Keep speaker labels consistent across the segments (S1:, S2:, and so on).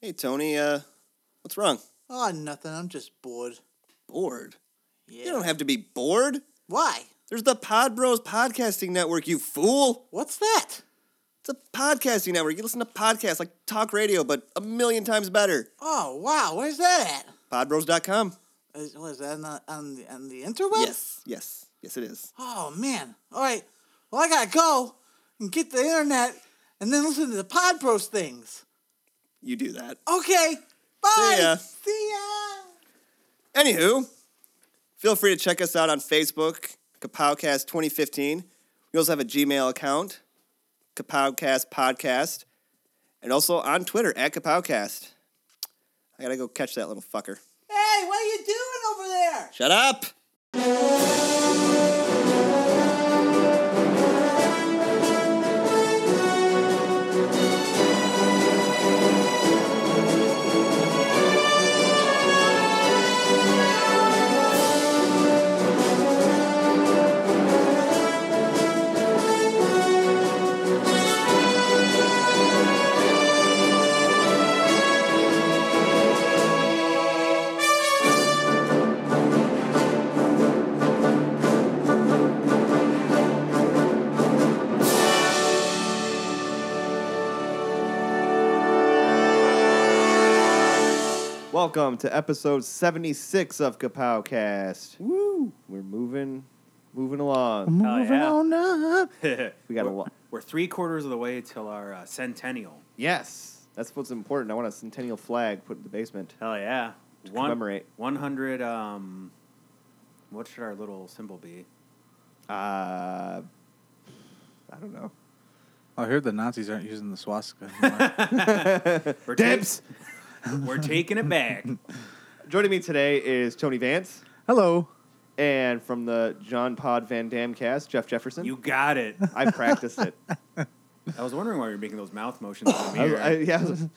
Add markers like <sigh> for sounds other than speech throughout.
S1: Hey, Tony, uh, what's wrong?
S2: Oh, nothing. I'm just bored.
S1: Bored.
S2: Yeah.
S1: You don't have to be bored.
S2: Why?
S1: There's the Pod Bros Podcasting Network, you fool.
S2: What's that?
S1: It's a podcasting network. You listen to podcasts like talk radio, but a million times better.
S2: Oh, wow. Where's that
S1: Podbros.com.
S2: at? Is, was that on the, on the, on the interweb?
S1: Yes, yes, yes, it is.
S2: Oh, man. All right. Well, I got to go and get the internet and then listen to the Pod Bros things.
S1: You do that.
S2: Okay. Bye.
S1: ya.
S2: See ya.
S1: Anywho, feel free to check us out on Facebook, Kapowcast 2015. We also have a Gmail account, Kapowcast Podcast, and also on Twitter at Kapowcast. I gotta go catch that little fucker.
S2: Hey, what are you doing over there?
S1: Shut up! Welcome to episode 76 of Kapowcast. Woo! We're moving, moving along.
S3: Hell yeah.
S2: up.
S1: We got a
S3: <laughs> We're-
S1: lot.
S3: We're three quarters of the way till our uh, centennial.
S1: Yes, that's what's important. I want a centennial flag put in the basement.
S3: Hell yeah. One,
S1: commemorate.
S3: 100, um, what should our little symbol
S1: <laughs>
S3: be?
S1: Uh, I don't know.
S4: Oh, I heard the Nazis aren't using the swastika anymore.
S3: We're ta- we're taking it back.
S1: <laughs> Joining me today is Tony Vance,
S4: Hello.
S1: and from the John Pod Van Dam cast, Jeff Jefferson.
S3: You got it.
S1: I practiced
S3: <laughs>
S1: it.
S3: I was wondering why you were making those mouth motions in the
S1: I was- I-
S3: mirror.
S1: yeah, I was-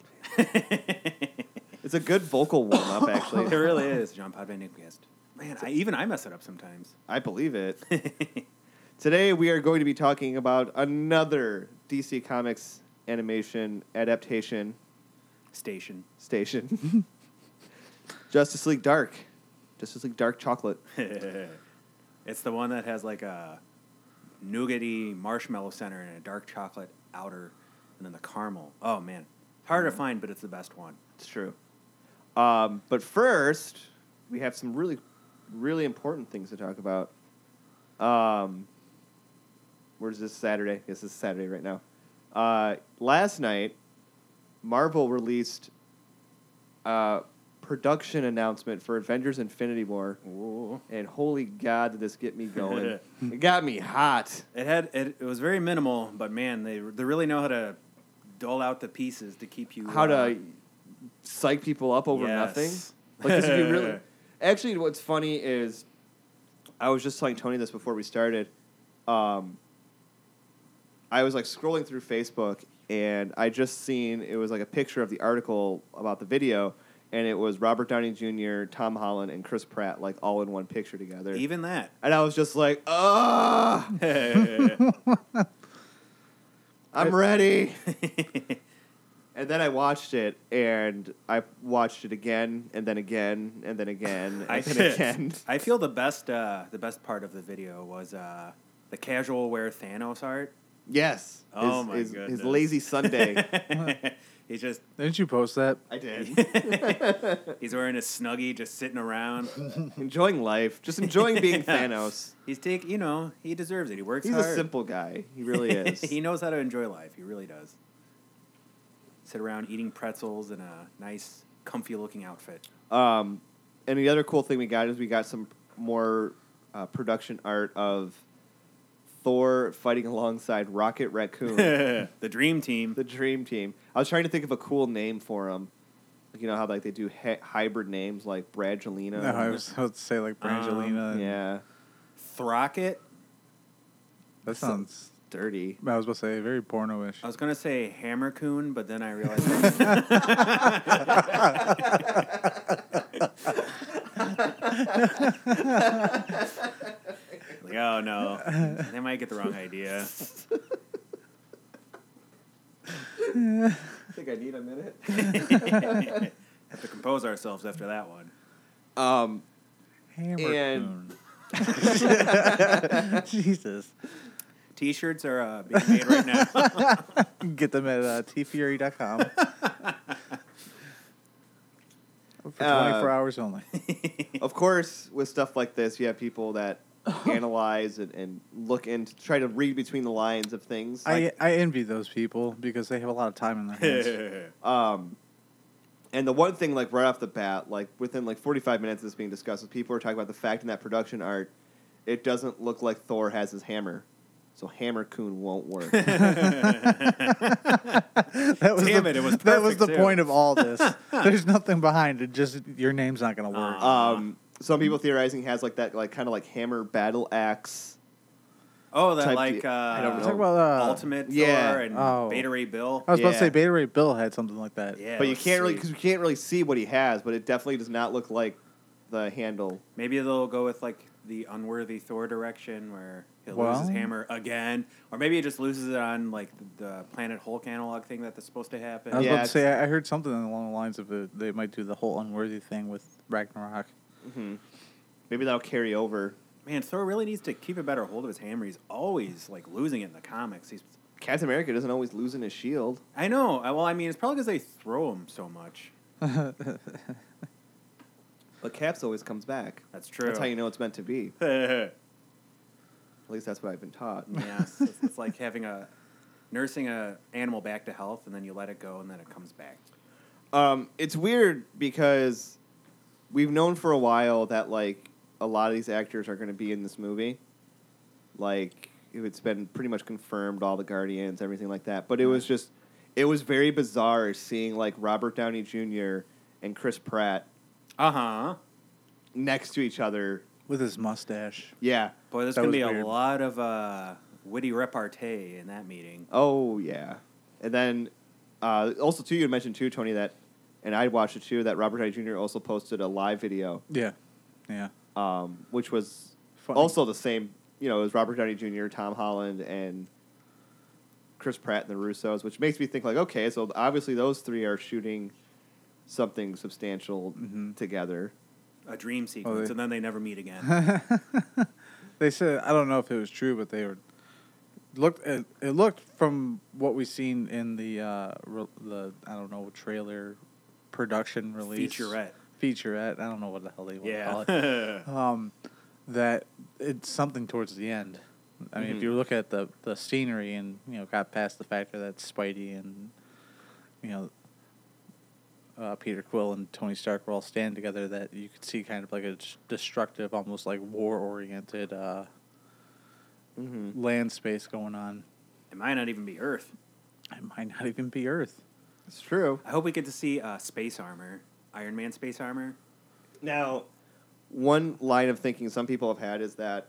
S3: <laughs>
S1: it's a good vocal warm up,
S3: It
S1: actually.
S3: really is, John Podvaniquist. Man, I, even I mess it up sometimes. <laughs>
S1: I believe it. Today we are going to be talking about another DC Comics animation adaptation
S3: Station.
S1: station. Justice League Dark. Justice League Dark Chocolate.
S3: it's the one that has like a nougaty marshmallow center and a dark chocolate outer, and then the caramel. Oh man, hard
S1: Mm-hmm.
S3: to find, but it's the best one.
S1: It's true. Um, but first, we have some really, really important things to talk about. Um, where's this Saturday? Yes, this is Saturday right now. Uh, last night, Marvel released a production announcement for Avengers Infinity War. And holy God, did this get me going. it got me hot.
S3: It had it, it was very minimal, but man, they they really know how to dole out the pieces to keep you
S1: how
S3: uh,
S1: to psych people up over nothing.
S3: Yes.
S1: Like this would be
S3: <laughs>
S1: really. Actually, what's funny is, I was just telling Tony this before we started. Um, I was like scrolling through Facebook, and I just seen it was like a picture of the article about the video, and it was Robert Downey Jr., Tom Holland, and Chris Pratt like all in one picture together.
S3: even that.
S1: <laughs> and I was just like, ah,
S3: <laughs>
S1: I'm ready. And then I watched it, and I watched it again, and then again, and then again, and
S3: <laughs> I
S1: then again.
S3: I feel the best uh, the best part of the video was uh, the casual wear Thanos art.
S1: Yes.
S3: Oh
S1: his,
S3: my
S1: his, His
S3: goodness.
S1: lazy
S3: <laughs>
S1: Sunday. <laughs>
S3: He's just
S4: Didn't you post that?
S1: I did.
S3: he's wearing a snuggie, just sitting around.
S1: enjoying life, just enjoying
S3: <laughs>
S1: being Thanos.
S3: He's take you know he deserves it. He works
S1: He's
S3: hard.
S1: a simple guy. He
S3: <laughs>
S1: really is.
S3: he knows how to enjoy life. He really does. Sit around eating pretzels in a nice, comfy
S1: <laughs>
S3: looking outfit.
S1: Um, and the other cool thing we got is we got some more uh, production art of Thor fighting alongside Rocket
S3: <laughs>
S1: Raccoon,
S3: the dream team.
S1: the Dream Team. I was trying to think of a cool name for him. Like, you know how like they do he- hybrid names like Bradgelina.
S4: No, I was about to say like Brangelina. and-
S1: Um, yeah,
S3: Throcket.
S4: That sounds. <laughs>
S1: dirty. <laughs>
S4: I was about to say very porno-ish.
S3: I was gonna say Hammercoon, but then I realized
S1: <laughs>
S3: that like, oh no, they might get the wrong idea.
S1: I think I need a minute? <laughs>
S4: <laughs>
S3: Have to compose ourselves after that one.
S1: Um,
S4: Hammer
S1: And-
S4: coon. <laughs> Jesus.
S3: T-shirts are uh, being made right now.
S1: <laughs>
S4: Get them at uh, tfury.com. For 24
S1: Uh,
S4: hours only.
S1: of course, with stuff like this, you have people that
S4: <laughs>
S1: analyze and, and look and try to read between the lines of things.
S4: I, I envy those people because they have a lot of time in their
S1: <laughs>
S4: hands.
S1: Um, and the one thing, like right off the bat, like within like 45 minutes of this being discussed, is people are talking about the fact in that production art, it doesn't look like Thor has his hammer, so Hammer Coon won't work.
S3: <laughs>
S4: <laughs> That was
S3: Damn
S4: the,
S3: it, it was
S4: that was
S3: perfect,
S4: the
S3: too.
S4: point of all this.
S3: <laughs>
S4: There's nothing behind it. Just your name's not going to work.
S3: Aw.
S1: um, some people theorizing he has like that, like kind of like hammer battle axe.
S3: <laughs> oh, that
S1: Type
S3: like
S1: D-
S3: uh,
S1: I don't know.
S4: Talk about uh,
S3: Ultimate
S1: Yeah.
S3: Thor and
S4: Oh.
S3: Beta Ray Bill.
S4: I was about to
S1: Yeah.
S4: say Beta Ray Bill had something like that.
S3: yeah,
S1: but you
S3: let's
S1: can't really
S3: see.
S1: because you can't really see what he has, but it definitely does not look like the handle.
S3: Maybe they'll go with like the unworthy Thor direction where he'll lose his
S4: Well-
S3: hammer again, or maybe he just loses it on like the Planet Hulk analog thing that that's supposed to happen.
S4: I was
S1: Yeah,
S4: about to
S1: it's-
S4: say I I heard something along the lines of uh, they might do the whole unworthy thing with Ragnarok.
S1: hmm Maybe that'll carry over.
S3: Man, Thor really needs to keep a better hold of his hammer. He's always like losing it in the comics. He's
S1: Captain America doesn't always lose in his shield.
S3: I know. I- Well, I mean, it's probably because they throw him so much.
S1: But Cap's always comes back.
S3: That's true.
S1: That's how you know it's meant to be.
S4: <laughs>
S3: know.
S1: At least that's what I've been taught.
S3: yeah, it's, it's- it's like having a nursing a animal back to health, and then you let it go, and then it comes back.
S1: Um, it's weird because we've known for a while that like a lot of these actors are going to be in this movie. Like it's been pretty much confirmed, all the Guardians, everything like that. But it was just, it was very bizarre seeing like Robert Downey Jr. and Chris Pratt
S3: Uh
S4: Uh-huh.
S3: huh.
S1: next to each other.
S4: with his mustache.
S1: Yeah.
S3: Boy, there's
S4: That
S3: gonna
S4: was
S3: be
S4: weird.
S3: a lot of uh, witty repartee in that meeting.
S1: Oh yeah. And then uh, also too, you mentioned too, Tony, that, and I watched it too. That Robert Downey Jr. also posted a live video,
S4: Yeah, yeah. <laughs>
S1: um, which was
S4: Funny.
S1: Also, the same, you know, as Robert Downey Jr., Tom Holland, and Chris Pratt and the Russos, which makes me think like, okay, so obviously those three are shooting something substantial
S4: Mhm.
S1: together.
S3: A dream sequence,
S4: they-
S3: and then they never meet
S4: <laughs>
S3: again.
S4: they said I don't know if it was true, but they were looked. It, it looked from what we seen in the uh, re, the I don't know trailer production release
S3: Featurette.
S4: featurette. I don't know what the hell they want to
S3: <laughs>
S4: call it.
S3: Yeah.
S4: um, that it's something towards the end. I mean,
S1: Mhm.
S4: if you look at the the scenery and you know got past the factor that Spidey and you know uh, Peter Quill and Tony Stark were all standing together, that you could see kind of like a s- destructive, almost like war oriented uh,
S1: Mm-hmm.
S4: land space going on.
S3: it might not even be Earth.
S4: It might not even be Earth.
S1: It's true.
S3: I hope we get to see uh, space armor, Iron Man space armor.
S1: Now, one line of thinking some people have had is that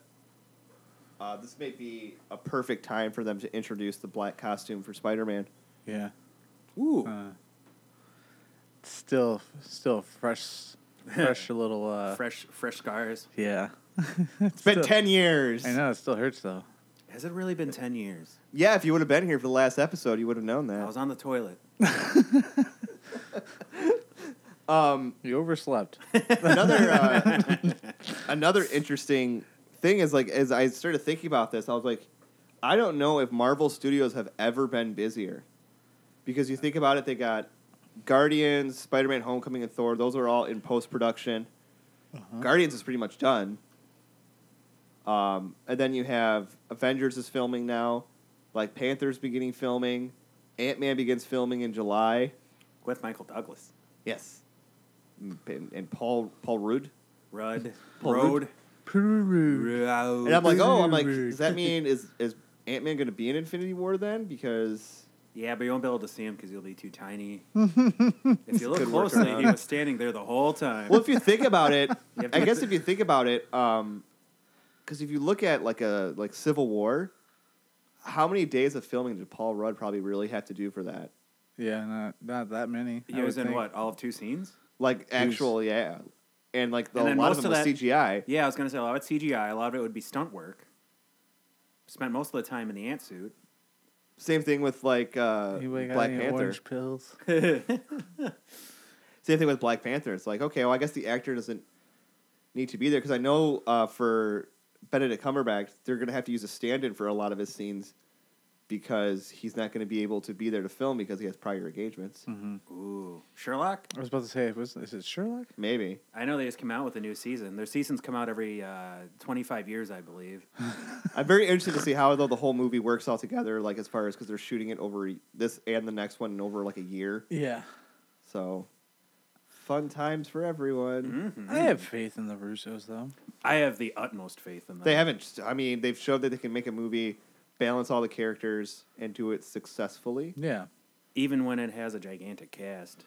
S1: uh, this may be a perfect time for them to introduce the black costume for Spider-Man.
S4: Yeah.
S3: Ooh.
S4: Uh, still, still fresh, fresh little. Uh,
S3: fresh, fresh scars.
S4: Yeah.
S1: It's been
S4: Still-
S1: ten years.
S4: I know it still hurts though.
S3: Has it really been ten years?
S1: Yeah, if you would have been here for the last episode, you would have known
S3: I
S1: that.
S3: was on the toilet.
S1: Um,
S4: You overslept.
S1: another uh, another interesting thing is like as I started thinking about this, I was like, I don't know if Marvel Studios have ever been busier, because you think about it, they got Guardians, Spider Man: Homecoming, and Thor. Those are all in post production. Guardians is pretty much done. Um, and then you have Avengers is filming now, like Panthers beginning filming, Ant Man begins filming in July.
S3: with Michael Douglas.
S1: Yes. Mm, And, and Paul Paul Rudd.
S3: Rudd.
S1: Paul
S3: Road.
S4: Peru.
S3: Road.
S1: And I'm like, oh, I'm like, does that mean is is Ant Man going to be in Infinity War then?
S3: <laughs>
S1: Because
S3: Yeah, but you won't be able to see him because you'll be too tiny.
S4: <laughs>
S3: if you look
S1: Good work
S3: closely,
S1: around.
S3: he was standing there the whole time.
S1: well, if you think about it,
S3: You have to
S1: I
S3: get
S1: guess
S3: the-
S1: if you think about it, um, because if you look at like a like Civil War, how many days of filming did Paul Rudd probably really have to do for that?
S4: Yeah, not not that many.
S3: he
S4: I
S3: was
S4: would
S3: in
S4: think.
S3: what all of two scenes.
S1: Like
S4: was-
S1: actual, yeah, and like the,
S3: And
S1: a
S3: then
S1: lot of
S3: most
S1: them
S3: of
S1: was
S3: that-
S1: CGI.
S3: Yeah, I was gonna say a lot of it's CGI. A lot of it would be stunt work. Spent most of the time in the ant suit.
S1: Same thing with like uh,
S4: Anybody got
S1: Black
S4: any
S1: Panther.
S4: orange pills?
S1: Same thing with Black Panther. It's like, okay, well, I guess the actor doesn't need to be there because I know uh, for Benedict Cumberbatch, they're going to have to use a stand-in for a lot of his scenes because he's not going to be able to be there to film because he has prior engagements.
S3: Ooh, Sherlock.
S4: <laughs> I was about to say, was is it Sherlock?
S1: Maybe.
S3: I know they just come out with a new season. Their seasons come out every uh, 25 years, I believe.
S1: I'm very interested to see how though the whole movie works all together, like as far as because they're shooting it over this and the next one in over like a year.
S4: Yeah,
S1: So, fun times for everyone.
S3: Hmm.
S4: I have faith in the Russos though.
S3: I have the utmost faith in them.
S1: They haven't. I mean, they've showed that they can make a movie, balance all the characters, and do it successfully.
S4: Yeah,
S3: even when it has a gigantic cast.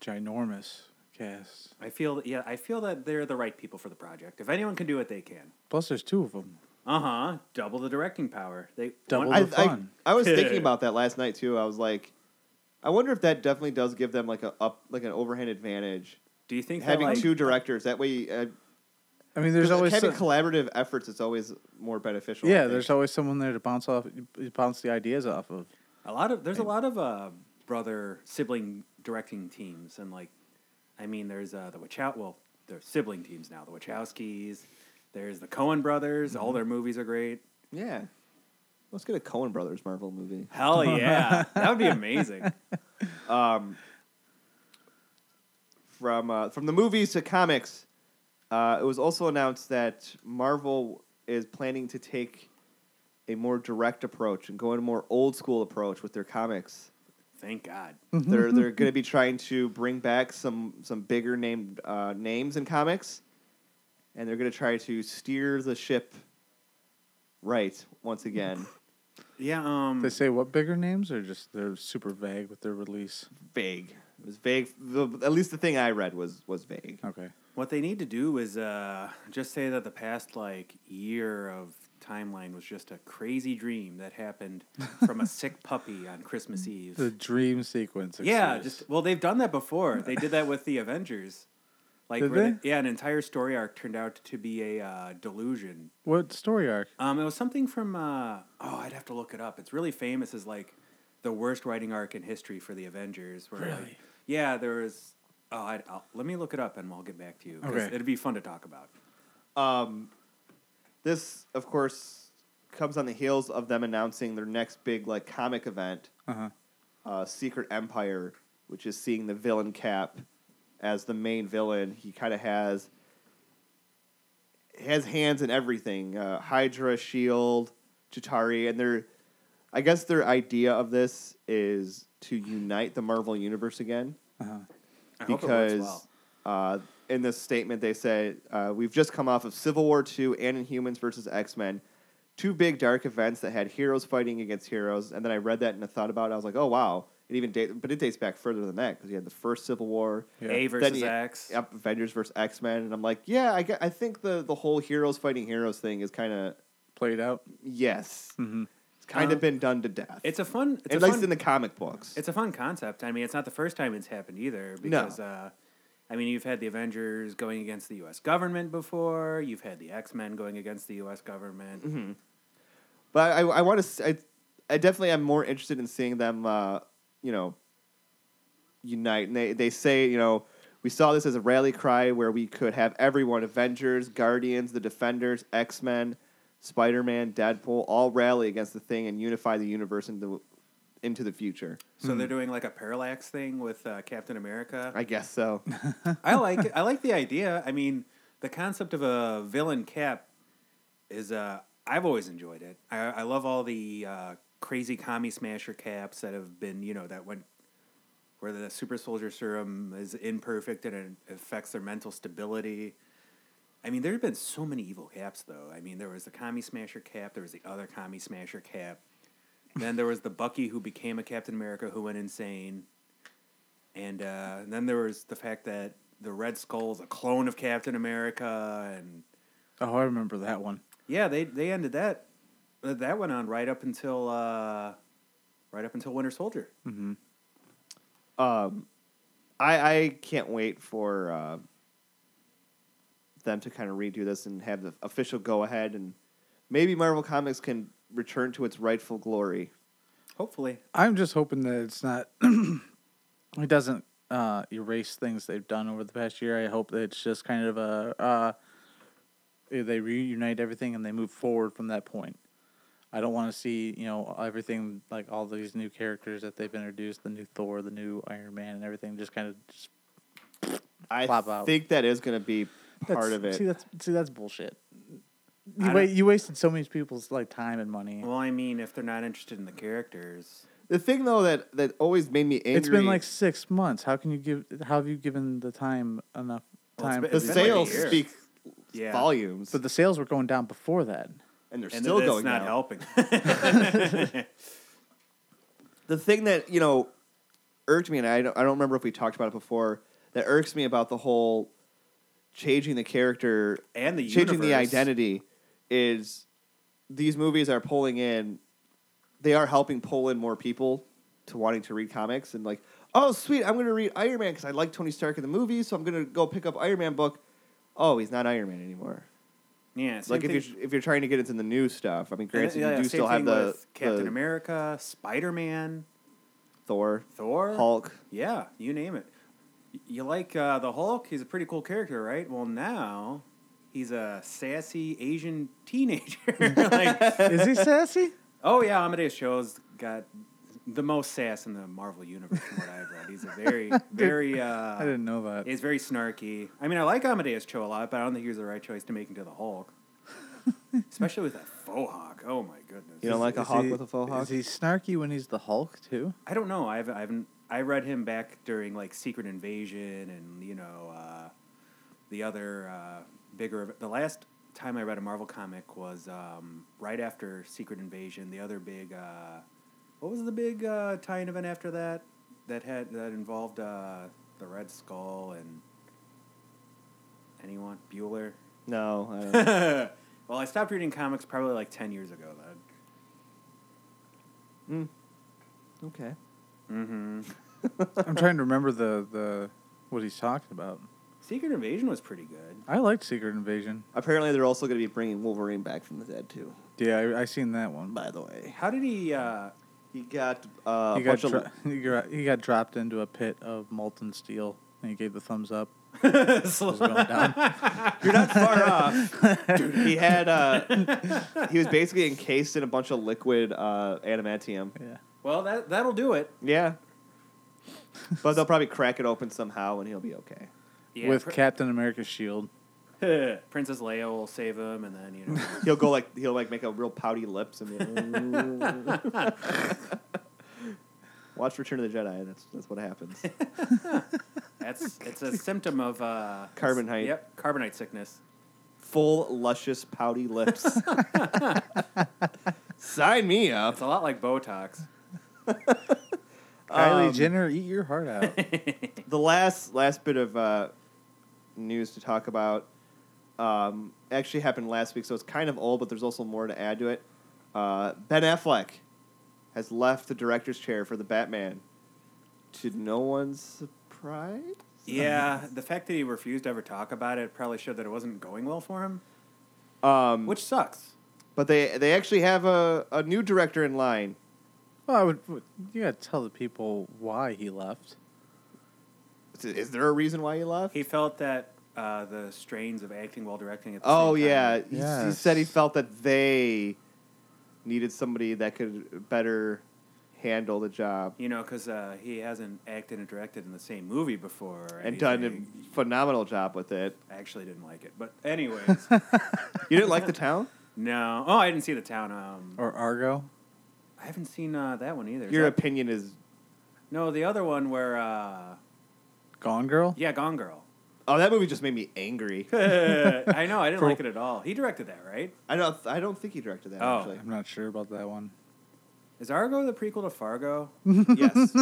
S4: ginormous cast.
S3: I feel yeah, I feel that they're the right people for the project. If anyone can do it, they can.
S4: Plus, there's two of them.
S3: Uh huh. Double the directing power. They
S4: Double
S1: I,
S4: the
S1: I,
S4: fun.
S1: I was
S4: <laughs>
S1: thinking about that last night too. I was like, I wonder if that definitely does give them like a up like an overhand advantage
S3: Do you think
S1: having
S3: that, like,
S1: two directors. That way, uh,
S4: I mean, there's always
S1: having
S4: some-
S1: collaborative efforts. It's always more beneficial. I
S4: yeah,
S1: think.
S4: there's always someone there to bounce off, bounce the ideas off of.
S3: a lot of there's a lot of uh, brother sibling directing teams and like, I mean there's uh, the Wachow well they're sibling teams now the Wachowskis, there's the Cohen brothers.
S1: Mm-hmm.
S3: All their movies are great.
S1: yeah. Let's get a Cohen Brothers Marvel movie.
S3: Hell
S1: <laughs>
S3: yeah, that would be amazing.
S1: from uh, from the movies to comics, uh, it was also announced that Marvel is planning to take a more direct approach and go in a more old school approach with their comics.
S3: Thank God.
S1: they're they're going to be trying to bring back some some bigger named uh, names in comics, and they're going to try to steer the ship right once again.
S3: Yeah. Um.
S4: They say what bigger names or just they're super vague with their release.
S1: vague. It was vague. The, at least the thing I read was was vague.
S4: Okay,
S3: What they need to do is uh, just say that the past like year of timeline was just a crazy dream that happened from a sick puppy on
S1: <laughs>
S3: Christmas Eve.
S4: the dream sequence.
S3: yeah,
S4: exists.
S3: just well, they've done that before. They did that with the <laughs> Avengers. Like,
S4: Did
S3: where
S4: they?
S3: yeah, an entire story arc turned out to be a uh, delusion.
S4: what story arc?
S3: Um, it was something from uh, oh, I'd have to look it up. It's really famous as like the worst writing arc in history for the Avengers. Where, Like,
S4: Really?
S3: yeah, there was. Oh, I'd, I'll, let me look it up and I'll get back to you. 'cause
S4: Okay.
S3: it'd be fun to talk about.
S1: this of course comes on the heels of them announcing their next big like comic event
S4: Uh-huh.
S1: uh, secret empire which is seeing the villain cap as the main villain he kind of has has hands in everything uh, hydra shield chitari and their i guess their idea of this is to unite the marvel universe again
S3: I hope it works
S1: because
S3: well.
S1: uh, in this statement they say uh, we've just come off of Civil War II and Inhumans versus X Men, two big dark events that had heroes fighting against heroes. And then I read that and I thought about it. I was like, oh wow, it even date, but it dates back further than that because you had the first Civil War,
S4: Yeah.
S3: A versus
S1: you-
S3: X.
S1: yep, Avengers versus X Men, and I'm like, yeah, I, get- I think the the whole heroes fighting heroes thing is kind of
S4: Played out.
S1: yes, it's kind of
S3: Um,
S1: been done to death.
S3: It's a fun. It's
S1: at
S3: a
S1: least
S3: fun,
S1: in the comic books.
S3: It's a fun concept. I mean, it's not the first time it's happened either. Because, uh, I mean, you've had the Avengers going against the U.S. government before. You've had the X Men going against the U.S. government.
S1: But I, I want to. I, I definitely am more interested in seeing them, uh, you know, unite. And they, they say, you know, we saw this as a rally cry where we could have everyone Avengers, Guardians, the Defenders, X Men, Spider Man, Deadpool all rally against the thing and unify the universe into, into the future.
S3: So they're doing like a parallax thing with uh, Captain America.
S1: I guess so.
S3: I like it. I like the idea. I mean, the concept of a villain cap is uh I've always enjoyed it. I, I love all the uh, crazy commie smasher caps that have been you know that went where the super soldier serum is imperfect and it affects their mental stability. I mean, there have been so many evil caps though. I mean, there was the commie smasher cap. There was the other commie smasher cap. Then there was the Bucky who became a Captain America who went insane. And, uh, and then there was the fact that the Red Skull is a clone of Captain America, and
S4: Oh, I remember that one.
S3: yeah, they they ended that uh, that went on right up until uh, right up until Winter Soldier.
S1: um, I, I can't wait for uh, them to kind of redo this and have the official go ahead and maybe Marvel Comics can return to its rightful glory.
S3: Hopefully,
S4: I'm just hoping that it's not. <clears throat> it doesn't uh, erase things they've done over the past year. I hope that it's just kind of a. Uh, they reunite everything and they move forward from that point. I don't want to see you know everything like all these new characters that they've introduced, the new Thor, the new Iron Man, and everything just kind of just
S1: I
S4: Flop out.
S1: think that is going to be part
S4: that's-
S1: of it.
S4: See that's see that's bullshit.
S3: I
S4: You,
S3: don't-
S4: wa- you wasted so many people's like time and money.
S3: Well, I mean, if they're not interested in the characters,
S1: the thing though that that always made me angry.
S4: It's been like six months. How can you give? How have you given the time enough
S3: Well, it's
S4: time?
S3: been-
S1: the
S3: it's been like a
S1: sales
S3: year.
S1: speak
S3: yeah,
S1: volumes,
S4: but the sales were going down before that.
S1: and they're
S3: and
S1: still
S3: that's
S1: going
S3: not
S1: down. <laughs>
S3: helping.
S1: the thing that you know irked me, and I don't, I don't remember if we talked about it before. That irks me about the whole changing the character
S3: and the
S1: changing the
S3: universe.
S1: identity is these movies are pulling in. They are helping pull in more people to wanting to read comics and like, oh sweet, I'm going to read Iron Man because I like Tony Stark in the movie, so I'm going to go pick up Iron Man book. Oh, he's not Iron Man anymore.
S3: Yeah, same
S1: like
S3: thing,
S1: if you're if you're trying to get into the new stuff, I mean,
S3: and,
S1: granted,
S3: yeah,
S1: you do
S3: same
S1: still have
S3: thing
S1: the,
S3: with Captain
S1: the
S3: America, Spider Man,
S1: Thor,
S3: Thor,
S1: Hulk.
S3: Yeah, you name it. Y- You like uh, the Hulk? He's a pretty cool character, right? Well, now he's a sassy Asian teenager. <laughs> like,
S4: Is he sassy?
S3: oh yeah, Amadeus Cho's got the most sass in the Marvel universe, from what I've read. He's a
S4: <laughs>
S3: very, very. Uh,
S4: I didn't know that.
S3: He's very snarky. I mean, I like Amadeus Cho a lot, but I don't think he was the right choice to make into the
S4: <laughs>
S3: Hulk, especially with that faux hawk. Oh my goodness!
S1: You don't like a
S4: Is
S1: hawk
S4: he-
S1: with a faux hawk?
S4: Is he snarky when he's the Hulk too?
S3: I don't know. I haven't. I, haven't, I read him back during like Secret Invasion and you know uh, the other uh, bigger. The last time I read a Marvel comic was um, right after Secret Invasion. The other big. Uh, what was the big uh, tie-in event after that? That had that involved uh, the Red Skull and anyone Bueller. <laughs>
S1: No, I don't know.
S3: well, I stopped reading comics probably like ten years ago. Then.
S1: okay.
S3: Mm-hmm.
S4: I'm trying to remember the the what he's talking about.
S3: Secret Invasion was pretty good.
S4: I liked Secret Invasion.
S1: Apparently, they're also going to be bringing Wolverine back from the dead too.
S4: Yeah, I, I seen that one.
S1: By the way,
S3: How did he? Uh,
S1: he got uh,
S4: he
S1: a
S4: got
S1: bunch of
S4: dro- <laughs> he gra- he got dropped into a pit of molten steel, and he gave the
S1: <laughs>
S4: thumbs up.
S3: <laughs>
S4: It was
S3: slow-
S4: going down.
S1: You're not
S4: <laughs>
S1: far off. he had uh, he was basically encased in a bunch of liquid uh, adamantium.
S4: yeah.
S3: well, that that'll do it.
S1: Yeah. But they'll probably crack it open somehow and he'll be okay.
S4: With
S3: Pri-
S4: Captain America's shield.
S3: <laughs> Princess Leia will save him, and then you know.
S1: He'll go like he'll like make a real pouty lips and be Watch Return of the Jedi. That's that's what happens.
S3: <laughs> That's it's a symptom of uh,
S1: Carbonite.
S3: Yep, carbonite sickness.
S1: Full luscious pouty lips. Sign me up.
S3: It's a lot like Botox.
S1: Um,
S4: Kylie Jenner, eat your heart out.
S1: the last last bit of uh, news to talk about um, actually happened last week, so it's kind of old, but there's also more to add to it. Uh, ben Affleck has left the director's chair for the Batman, to no one's surprise.
S3: <laughs> Yeah, the fact that he refused to ever talk about it probably showed that it wasn't going well for him,
S1: Um,
S3: which sucks.
S1: but they they actually have a, a new director in line.
S4: well, I would, would- you gotta tell the people why he left.
S1: Is, is there a reason why he left?
S3: He felt that uh, the strains of acting while directing at the
S1: oh
S3: same time-
S1: yeah, he, he
S4: Yes.
S1: said he felt that they needed somebody that could better handle the job.
S3: You know, because uh, he hasn't acted and directed in the same movie before. or
S1: and done
S3: anything.
S1: a phenomenal job with
S3: <laughs>
S1: it.
S3: I actually didn't like it,
S1: <laughs>
S3: but anyways,
S1: You didn't like the town?
S3: no. Oh, I didn't see the town. Um,
S4: Or Argo.
S3: I haven't seen uh, that one either.
S1: <laughs>
S3: Is
S1: Your
S3: that-
S1: opinion is
S3: no, the other one where uh,
S4: Gone Girl?
S3: yeah,
S1: <laughs>
S3: Gone Girl.
S1: oh that movie just made me angry.
S3: I know, I didn't
S4: For-
S3: like it at all. He directed that, right?
S1: I don't I don't think he directed that
S3: Oh.
S1: actually.
S4: I'm not sure about that one.
S3: Is Argo the prequel
S1: <laughs>
S3: to Fargo?
S1: yes.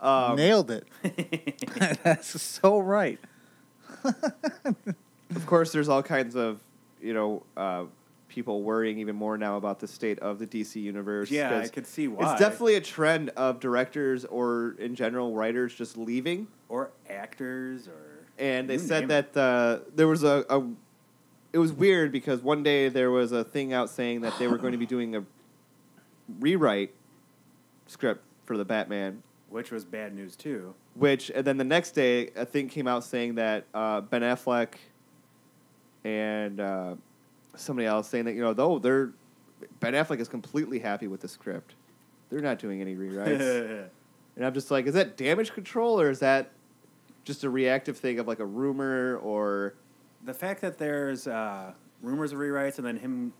S1: um,
S4: Nailed it. <laughs> That's so right.
S1: of course, there's all kinds of you know uh, people worrying even more now about the state of the DC universe.
S3: yeah, I
S1: 'cause
S3: could see why.
S1: It's definitely a trend of directors or in general writers just leaving.
S3: or actors or
S1: and they
S3: you name
S1: said
S3: it.
S1: that uh, there was a, a it was weird because one day there was a thing out saying that they were going to be doing a rewrite script for the Batman,
S3: which was bad news too.
S1: which and then the next day a thing came out saying that uh, Ben Affleck and uh, somebody else saying that you know though they're Ben Affleck is completely happy with the script. They're not doing any
S3: <laughs>
S1: rewrites. And I'm just like, is that damage control or is that just a reactive thing of like a rumor or
S3: the fact that there's uh, rumors of rewrites and then him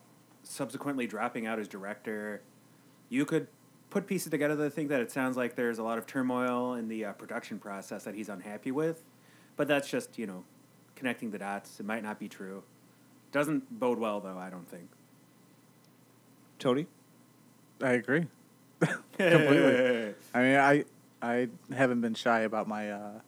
S3: subsequently dropping out as director, you could put pieces together to think that it sounds like there's a lot of turmoil in the uh, production process that he's unhappy with. But that's just, you know, connecting the dots. It might not be true. Doesn't bode well, though, I don't think.
S1: Tony?
S4: I agree. <laughs> Completely. I mean, I I haven't been shy about my uh,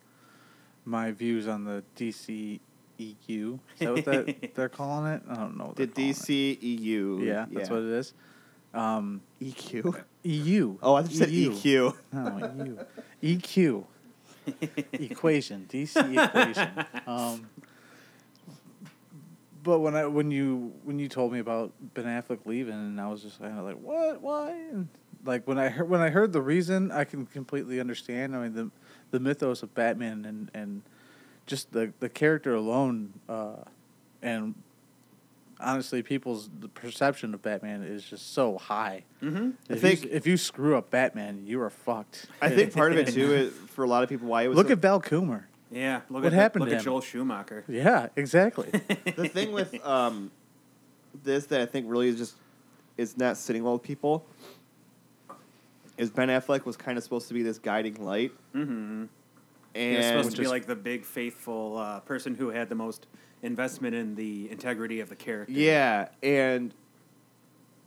S4: my views on the DCEU. Is that what <laughs> that they're calling it? I don't know. What
S1: The E
S4: they're calling it.
S1: DCEU.
S4: Yeah, that's what it is. Um, E
S1: EQ.
S4: EU.
S1: <laughs> Oh, I just said
S4: EU.
S1: EQ.
S4: No, EU. EQ. E equation. DC equation. Um, but when I when you when you told me about Ben Affleck leaving, and I was just kind of like, what? Why? And like when I heard when I heard the reason, I can completely understand. I mean the the mythos of Batman and and just the the character alone, uh, and honestly, people's the perception of Batman is just so high.
S3: <laughs> Mm-hmm.
S1: I
S4: If,
S1: think-
S4: you, if you screw up Batman, you are fucked.
S1: I think part of it
S4: <laughs>
S1: too is for a lot of people why it was
S4: Look
S1: so-
S4: at Val Coomer.
S3: Yeah. Look
S4: What
S3: at the-
S4: happened
S3: Look
S4: to
S3: at
S4: him?
S3: Joel Schumacher.
S4: Yeah, <laughs> exactly.
S1: the thing
S4: <laughs>
S1: with um, this that I think really is just is not sitting well with people is Ben Affleck was kind of supposed to be this guiding light,
S3: Mm-hmm. He was
S1: and
S3: supposed to be like the big faithful uh, person who had the most investment in the integrity of the character.
S1: yeah, and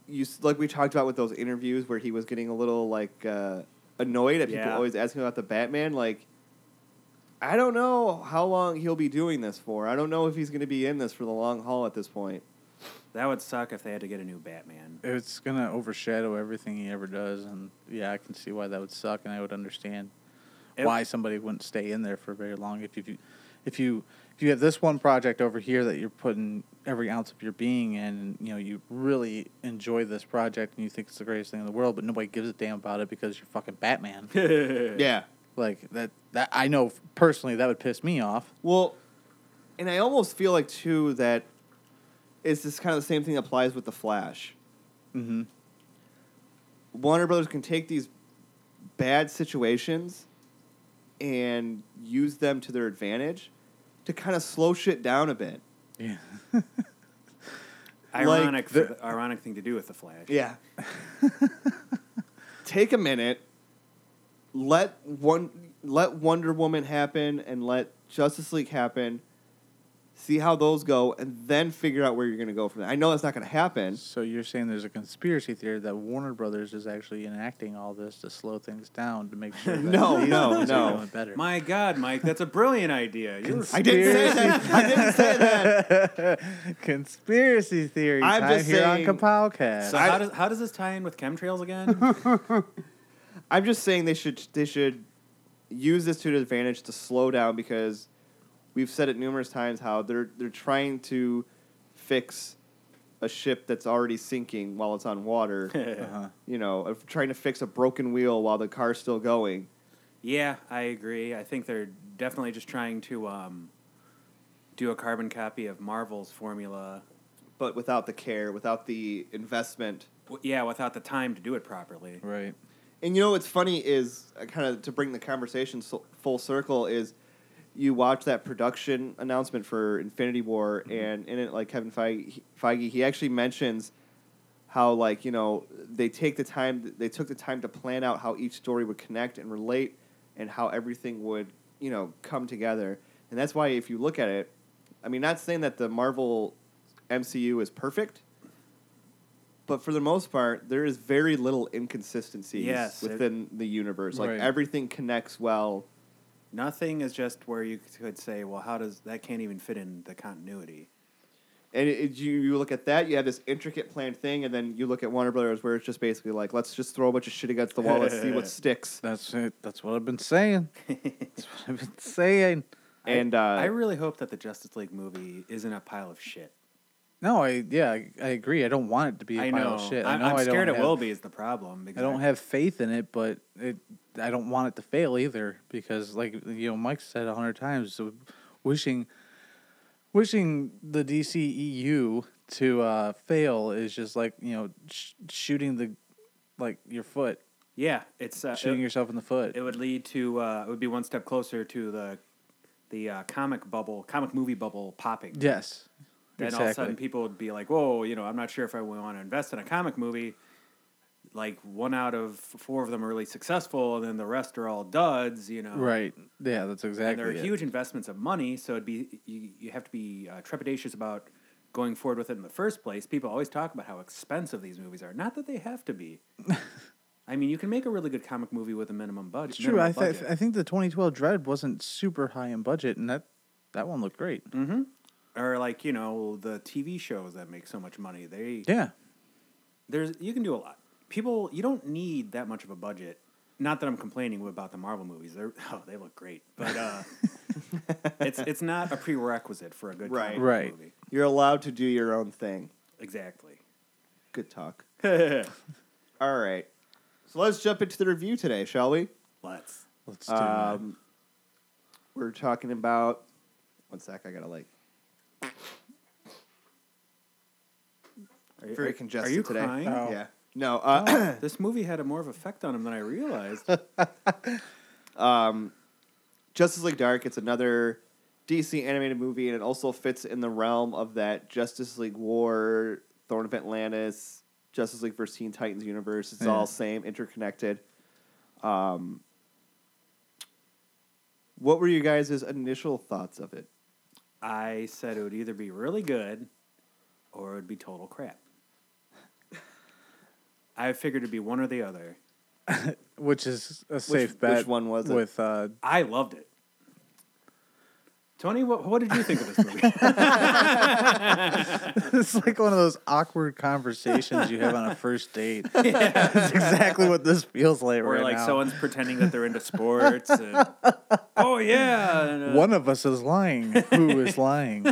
S1: you s- like we talked about with those interviews where he was getting a little like uh, annoyed at people
S3: Yeah.
S1: always asking about the Batman, like. I don't know how long he'll be doing this for. I don't know if he's going to be in this for the long haul at this point.
S3: That would suck if they had to get a new Batman.
S4: it's gonna overshadow everything he ever does, and yeah, I can see why that would suck, and I would understand
S3: It-
S4: why somebody wouldn't stay in there for very long if you, if you, if you have this one project over here that you're putting every ounce of your being in, and you know you really enjoy this project and you think it's the greatest thing in the world, but nobody gives a damn about it because you're fucking <laughs> Batman.
S1: Yeah.
S4: like that, that I know personally that would piss me off.
S1: Well, and I almost feel like too that it's just kind of the same thing that applies with the Flash.
S4: Mm-hmm.
S1: Warner Brothers can take these bad situations and use them to their advantage to kind of slow shit down a bit.
S4: Yeah.
S3: ironic, for
S4: the-
S3: the, ironic thing to do with the Flash.
S1: Yeah. <laughs> Take a minute. Let one let Wonder Woman happen and let Justice League happen. See how those go and then figure out where you're going to go from there. I know that's not going to happen.
S4: So you're saying there's a conspiracy theory that Warner Brothers is actually enacting all this to slow things down to make
S1: <laughs>
S4: sure that
S1: No,
S4: these
S1: no,
S4: things
S1: no.
S4: are going better.
S3: My God, Mike, that's a brilliant idea. You're
S4: Cons-
S1: I didn't say that. <laughs> I didn't say that.
S4: <laughs> conspiracy theory.
S1: I'm
S4: time
S1: just
S4: here
S1: saying-
S4: on Kapowcast.
S3: so how does how does this tie in with
S1: <laughs>
S3: chemtrails again?
S1: I'm just saying they should they should use this to their advantage to slow down because we've said it numerous times how they're they're trying to fix a ship that's already sinking while it's on water.
S4: uh-huh.
S1: you know, of trying to fix a broken wheel while the car's still going.
S3: yeah, I agree. I think they're definitely just trying to um, do a carbon copy of Marvel's formula.
S1: But without the care, without the investment.
S3: W- Yeah, without the time to do it properly.
S4: Right.
S1: And you know what's funny is kind of to bring the conversation so, full circle is you watch that production announcement for Infinity War
S3: Mm-hmm.
S1: and in it like Kevin Feige, Feige he actually mentions how like you know they take the time they took the time to plan out how each story would connect and relate and how everything would you know come together and that's why if you look at it I mean not saying that the Marvel MCU is perfect but for the most part there is very little inconsistencies
S3: Yes, it-
S1: within the universe like
S4: Right.
S1: everything connects well
S3: Nothing is just where you could say, well, how does that can't even fit in the continuity? <laughs>
S1: and it, it- you, you look at that, you have this intricate planned thing, and then you look at Warner Brothers, where it's just basically like, let's just throw a bunch of shit against the wall, let's see
S3: <laughs>
S1: what sticks.
S4: That's it. That's what I've been saying.
S1: Uh,
S4: That's what I've been saying.
S1: And uh,
S3: I really hope that the Justice League movie isn't a pile of shit.
S4: No, I yeah, I, I agree. I don't want it to be a
S3: I
S4: pile
S3: know.
S4: of shit. I
S3: I'm,
S4: know
S3: I'm
S4: I
S3: scared
S4: don't
S3: it will
S4: have-
S3: be is the problem. Because
S4: I don't have faith in it, but it I don't want it to fail either because like you know Mike said a hundred times, so wishing wishing the DCEU to uh, fail is just like you know sh- shooting the like your foot,
S3: Yeah, it's uh,
S4: shooting
S3: it-
S4: yourself in the foot.
S3: it would lead to uh, it would be one step closer to the the uh, comic bubble, comic movie bubble popping.
S4: yes,
S3: Then all of a sudden people would be like, "Whoa, you know, I'm not sure if I want to invest in a comic movie." Like one out of four of them are really successful, and then the rest are all duds. You know,
S4: right? Yeah, that's
S3: Oh. And
S4: exactly.
S3: they're
S4: it.
S3: huge investments of money, so it'd be you, you have to be uh, trepidatious about going forward with it in the first place. People always talk about how expensive these movies are. Not that they have to
S4: <laughs>
S3: be. I mean, you can make a really good comic movie with a minimum budget.
S4: It's true.
S3: minimal
S4: I, th-
S3: budget.
S4: I think the 2012 Dread wasn't super high in budget, and that that one looked great.
S3: Mm. or like you know the TV shows that make so much money. They
S4: Yeah,
S3: there's you can do a lot. People, you don't need that much of a budget. Not that I'm complaining about the Marvel movies. They're <laughs> oh, they look great, but uh,
S4: <laughs>
S3: it's it's not a prerequisite for a good
S1: Right.
S3: comic
S4: Right.
S3: movie.
S1: You're allowed to do your own thing.
S4: <laughs>
S3: Exactly.
S1: Good talk. All right. So let's jump into the review today, shall we?
S3: Let's.
S4: let's do that.
S1: Um, we're talking about. One sec, I gotta like.
S3: Are you-
S1: Very
S3: are-
S1: congested
S3: Are you
S1: today.
S3: crying?
S4: Oh.
S1: Yeah. No. Uh,
S3: This movie had a more of effect on him than I realized.
S1: Justice League Dark. It's another DC animated movie, and it also fits in the realm of that Justice League War, Thorn of Atlantis, Justice League versus Teen Titans universe. It's
S4: Yeah.
S1: all same, interconnected. Um, what were you guys' initial thoughts of it?
S3: I said it would either be really good or it would be total crap. I figured it'd be one or the other.
S4: which is a safe
S1: which
S4: bet.
S1: one was it?
S4: With uh,
S3: I loved it. Tony, what, what did you think of this movie?
S4: it's like one of those awkward conversations you have on a first
S3: <laughs>
S4: date. That's exactly what this feels like
S3: Where
S4: right
S3: like
S4: now.
S3: someone's pretending that they're into sports. And, oh yeah, and, uh,
S4: one of us is lying. Who
S3: <laughs>
S4: is lying?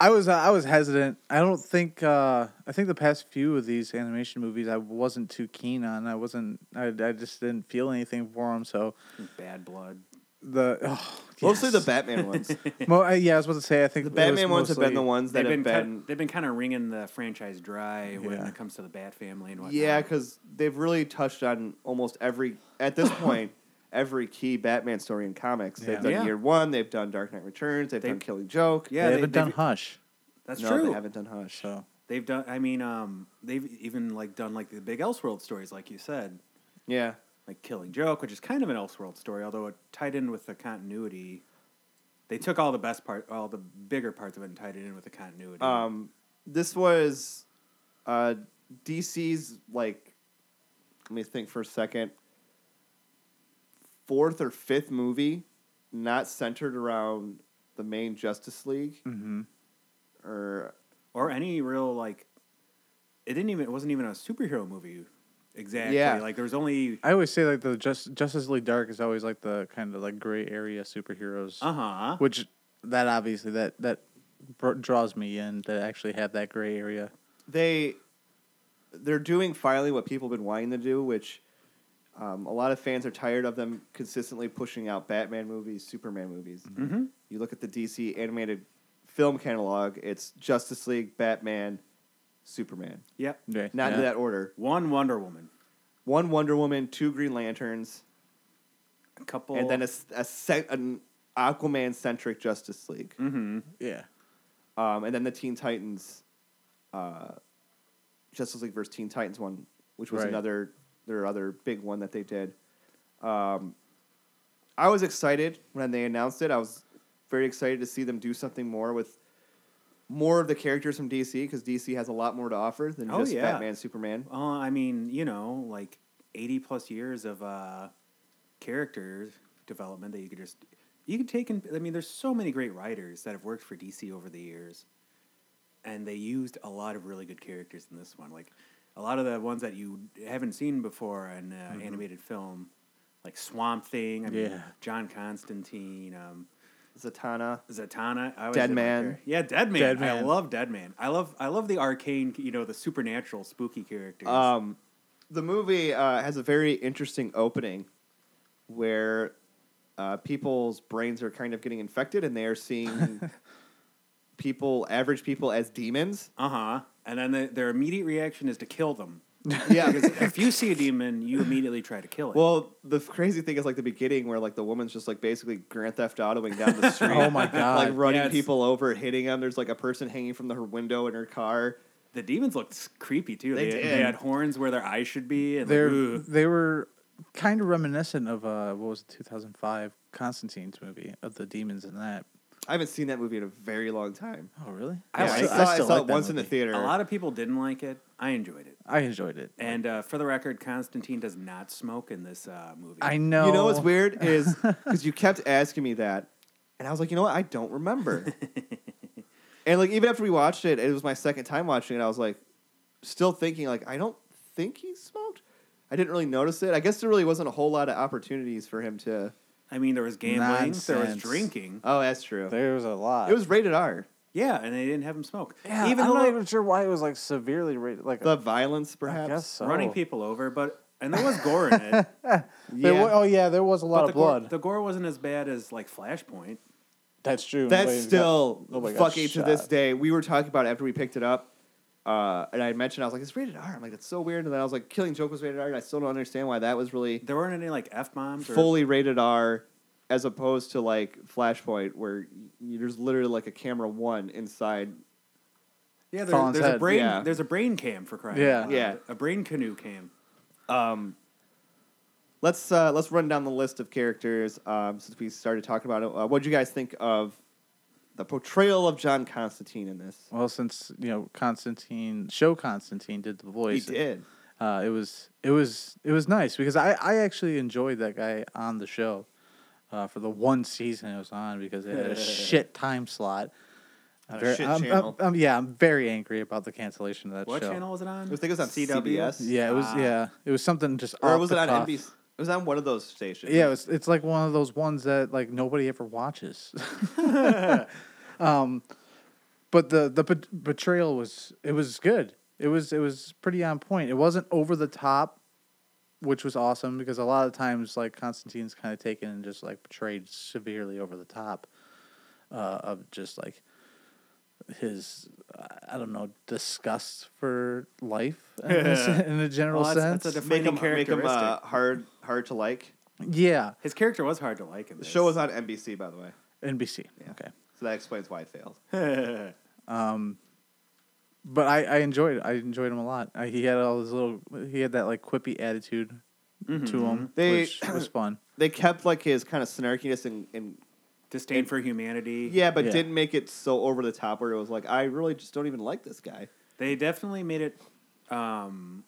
S4: I was uh, I was hesitant. I don't think uh, I think the past few of these animation movies I wasn't too keen on. I wasn't. I, I just didn't feel anything for them. So
S3: bad blood.
S4: the oh,
S1: Mostly the
S4: yes.
S1: Batman ones.
S4: Mo- I- yeah, I was about to say. I think
S1: The Batman ones have been the ones that
S3: They've been,
S1: have
S3: cut-
S1: been.
S3: they've been kind of wringing the franchise dry when
S4: Yeah.
S3: it comes to the Bat Family and whatnot.
S1: Yeah, because they've really touched on almost every at
S3: <coughs>
S1: this point every key Batman story in comics.
S4: Yeah.
S1: They've done
S3: Yeah.
S1: Year One, they've done Dark Knight Returns, they've
S3: They-
S1: done Killing Joke.
S3: yeah,
S4: Yeah, they,
S3: they-
S4: haven't
S3: they've-
S4: done Hush.
S3: that's
S1: no,
S3: true.
S1: they haven't done Hush.
S4: So
S3: They've done. I mean, um, they've even like done like the big Elseworld stories, like you said,
S1: Yeah,
S3: like Killing Joke, which is kind of an Elseworld story, although it tied in with the continuity. They took all the best part, all the bigger parts of it, and tied it in with the continuity.
S1: um, this was uh, DC's like. Let me think for a second. Fourth or fifth movie, not centered around the main Justice League,
S3: Mm-hmm.
S1: or
S3: or any real like, it didn't even. It wasn't even a superhero movie. Exactly.
S1: Yeah.
S3: Like there was only.
S4: I always say like the Just, Justice League Dark is always like the kind of like gray area superheroes,
S3: Uh huh.
S4: which that obviously that that br- draws me in to actually have that gray area.
S1: they they're doing finally what people have been wanting to do, which um, a lot of fans are tired of them consistently pushing out Batman movies, Superman movies. Mm-hmm. You look at the DC animated film catalog; it's Justice League, Batman, Superman.
S3: Yep.
S4: Okay.
S1: Not in
S4: Yeah.
S1: that order.
S3: One Wonder Woman.
S1: One Wonder Woman, two Green Lanterns,
S3: A couple.
S1: and then a, s- a se- an Aquaman centric Justice League,
S4: Yeah.
S1: um, and then the Teen Titans, uh, Justice League versus Teen Titans one, which was
S4: Right.
S1: another their other big one that they did. Um, I was excited when they announced it. I was very excited to see them do something more with more of the characters from DC because DC has a lot more to offer than
S3: Oh,
S1: just
S3: yeah.
S1: Batman, Superman.
S3: Well, I mean, you know, like eighty plus years of uh, character development that you could just you could take and I mean, there's so many great writers that have worked for DC over the years, and they used a lot of really good characters in this one. Like a lot of the ones that you haven't seen before in uh, animated film, like Swamp Thing. I mean,
S4: Yeah.
S3: John Constantine. Um,
S1: Zatanna.
S3: Zatanna, I always
S1: Dead
S3: did like
S1: Man.
S3: her. yeah, Dead Man.
S4: Dead
S3: I
S4: Man.
S3: love Dead Man. I love I love the arcane, you know, the supernatural, spooky characters.
S1: Um, the movie uh, has a very interesting opening where uh, people's brains are kind of getting infected and they are
S4: <laughs>
S1: seeing people, average people, as demons.
S3: uh huh. And then the, their immediate reaction is to kill
S4: <laughs>
S3: them.
S1: Yeah.
S3: Because if you see a demon, you immediately try to kill it.
S1: Well, the crazy thing is like the beginning where like the woman's just like basically Grand Theft Autoing down
S4: <laughs>
S1: the street.
S4: Oh my god!
S1: <laughs> Like running
S3: Yeah, it's-
S1: people over, hitting them. There's like a person hanging from the, her window in her car.
S3: the demons looked s- creepy too.
S1: They
S3: They,
S1: did.
S3: they had horns where their eyes should be, and
S4: They're,
S3: like, ugh.
S4: they were kind of reminiscent of uh, what was it, 2005 Constantine's movie of the demons in that.
S1: I haven't seen that movie in a very long time.
S4: Oh really?
S3: I
S1: Yeah,
S3: like-
S1: saw,
S3: I
S1: I
S4: still
S1: saw
S4: like
S1: it
S4: that
S1: once in the
S4: movie.
S1: theater.
S3: a lot of people didn't like it. I enjoyed it.
S4: I enjoyed it.
S3: And uh, for the record, Constantine does not smoke in this uh, movie.
S4: I know.
S1: You know what's weird
S4: <laughs>
S1: is because you kept asking me that, and I was like, you know what? I don't
S4: <laughs>
S1: remember. and like even after we watched it, it was my second time watching it. I was like, still thinking like I don't think he smoked. I didn't really notice it. I guess there really wasn't a whole lot of opportunities for him to.
S3: I mean, there was gambling, there was
S4: Nonsense.
S3: drinking.
S1: Oh, that's true.
S4: There was a lot.
S1: It was rated R.
S3: Yeah, and they didn't have him smoke.
S4: Yeah,
S3: even
S4: I'm
S3: though
S4: not
S3: they-
S4: even sure why it was like severely rated. Like
S1: The violence,
S4: I
S1: perhaps.
S4: guess so.
S3: running people over, but and there was gore in
S4: <laughs>
S3: it. but
S1: Yeah.
S4: There wa- oh yeah, there was a lot
S3: the
S4: of blood.
S3: Gore, the gore wasn't as bad as like Flashpoint.
S4: That's true.
S1: That's
S4: Nobody got-
S1: still
S4: nobody got
S1: fucking to this
S4: shot.
S1: day. We were talking about it after we picked it up, uh, and I mentioned I was like, "It's rated R." I'm like, "That's so weird." And then I was like, "Killing Joke was rated R," and I still don't understand why that was really
S3: There weren't any like f bombs or
S1: fully rated R, as opposed to like Flashpoint, where y- there's literally like a camera one inside.
S3: yeah. There,
S4: Fallen's
S3: there's a
S4: head,
S3: brain.
S1: yeah.
S3: There's a brain cam for crying.
S4: Yeah.
S3: out loud.
S1: Yeah.
S3: A brain canoe cam.
S1: Let's uh, let's run down the list of characters um, since we started talking about it. Uh, what do you guys think of the portrayal of John Constantine in this?
S4: Well, since you know Constantine, show Constantine did the
S1: He
S4: voice.
S1: did.
S4: Uh, it was it was it was nice because I I actually enjoyed that guy on the show uh, for the one season it was on because
S1: <laughs>
S4: it had a shit time slot.
S1: A
S4: Very-
S1: shit
S4: I'm-
S1: channel.
S4: I'm- I'm- yeah, I'm very angry about the cancellation of that
S3: What
S4: show.
S3: channel was it
S1: I
S3: on?
S1: think it was on CBS.
S4: Yeah, it was.
S3: Ah.
S4: yeah, it was something just.
S1: Or
S4: off
S1: was
S4: the
S1: it on
S4: cuff.
S1: NBC? It was on one of those stations.
S4: Yeah, it's it's like one of those ones that like nobody
S3: <laughs>
S4: ever watches. <laughs> um, but the the bet- betrayal was it was good. It was it was pretty on point. It wasn't over the top, which was awesome because a lot of times like Constantine's kind of taken and just like portrayed severely over the top uh, of just like his I don't know disgust for life in
S3: <laughs>
S4: a, in a general
S3: Well,
S4: sense.
S3: that's- that's a
S1: make him,
S3: defining
S1: make him uh,
S3: characteristic.
S1: hard hard to like.
S4: yeah,
S3: His character was hard to like in
S1: The
S3: this.
S1: show was on NBC, by the way,
S4: NBC. Okay.
S1: so that explains why it failed.
S4: but I, I enjoyed it. I enjoyed him a lot. I, he had all his little he had that like quippy attitude to him,
S1: Mm-hmm, They-
S4: which was fun.
S1: They kept like his kind of snarkiness and, and
S3: disdain for humanity.
S1: yeah, but
S4: Yeah.
S1: didn't make it so over the top where it was like I really just don't even like this guy.
S3: They definitely made it. Um,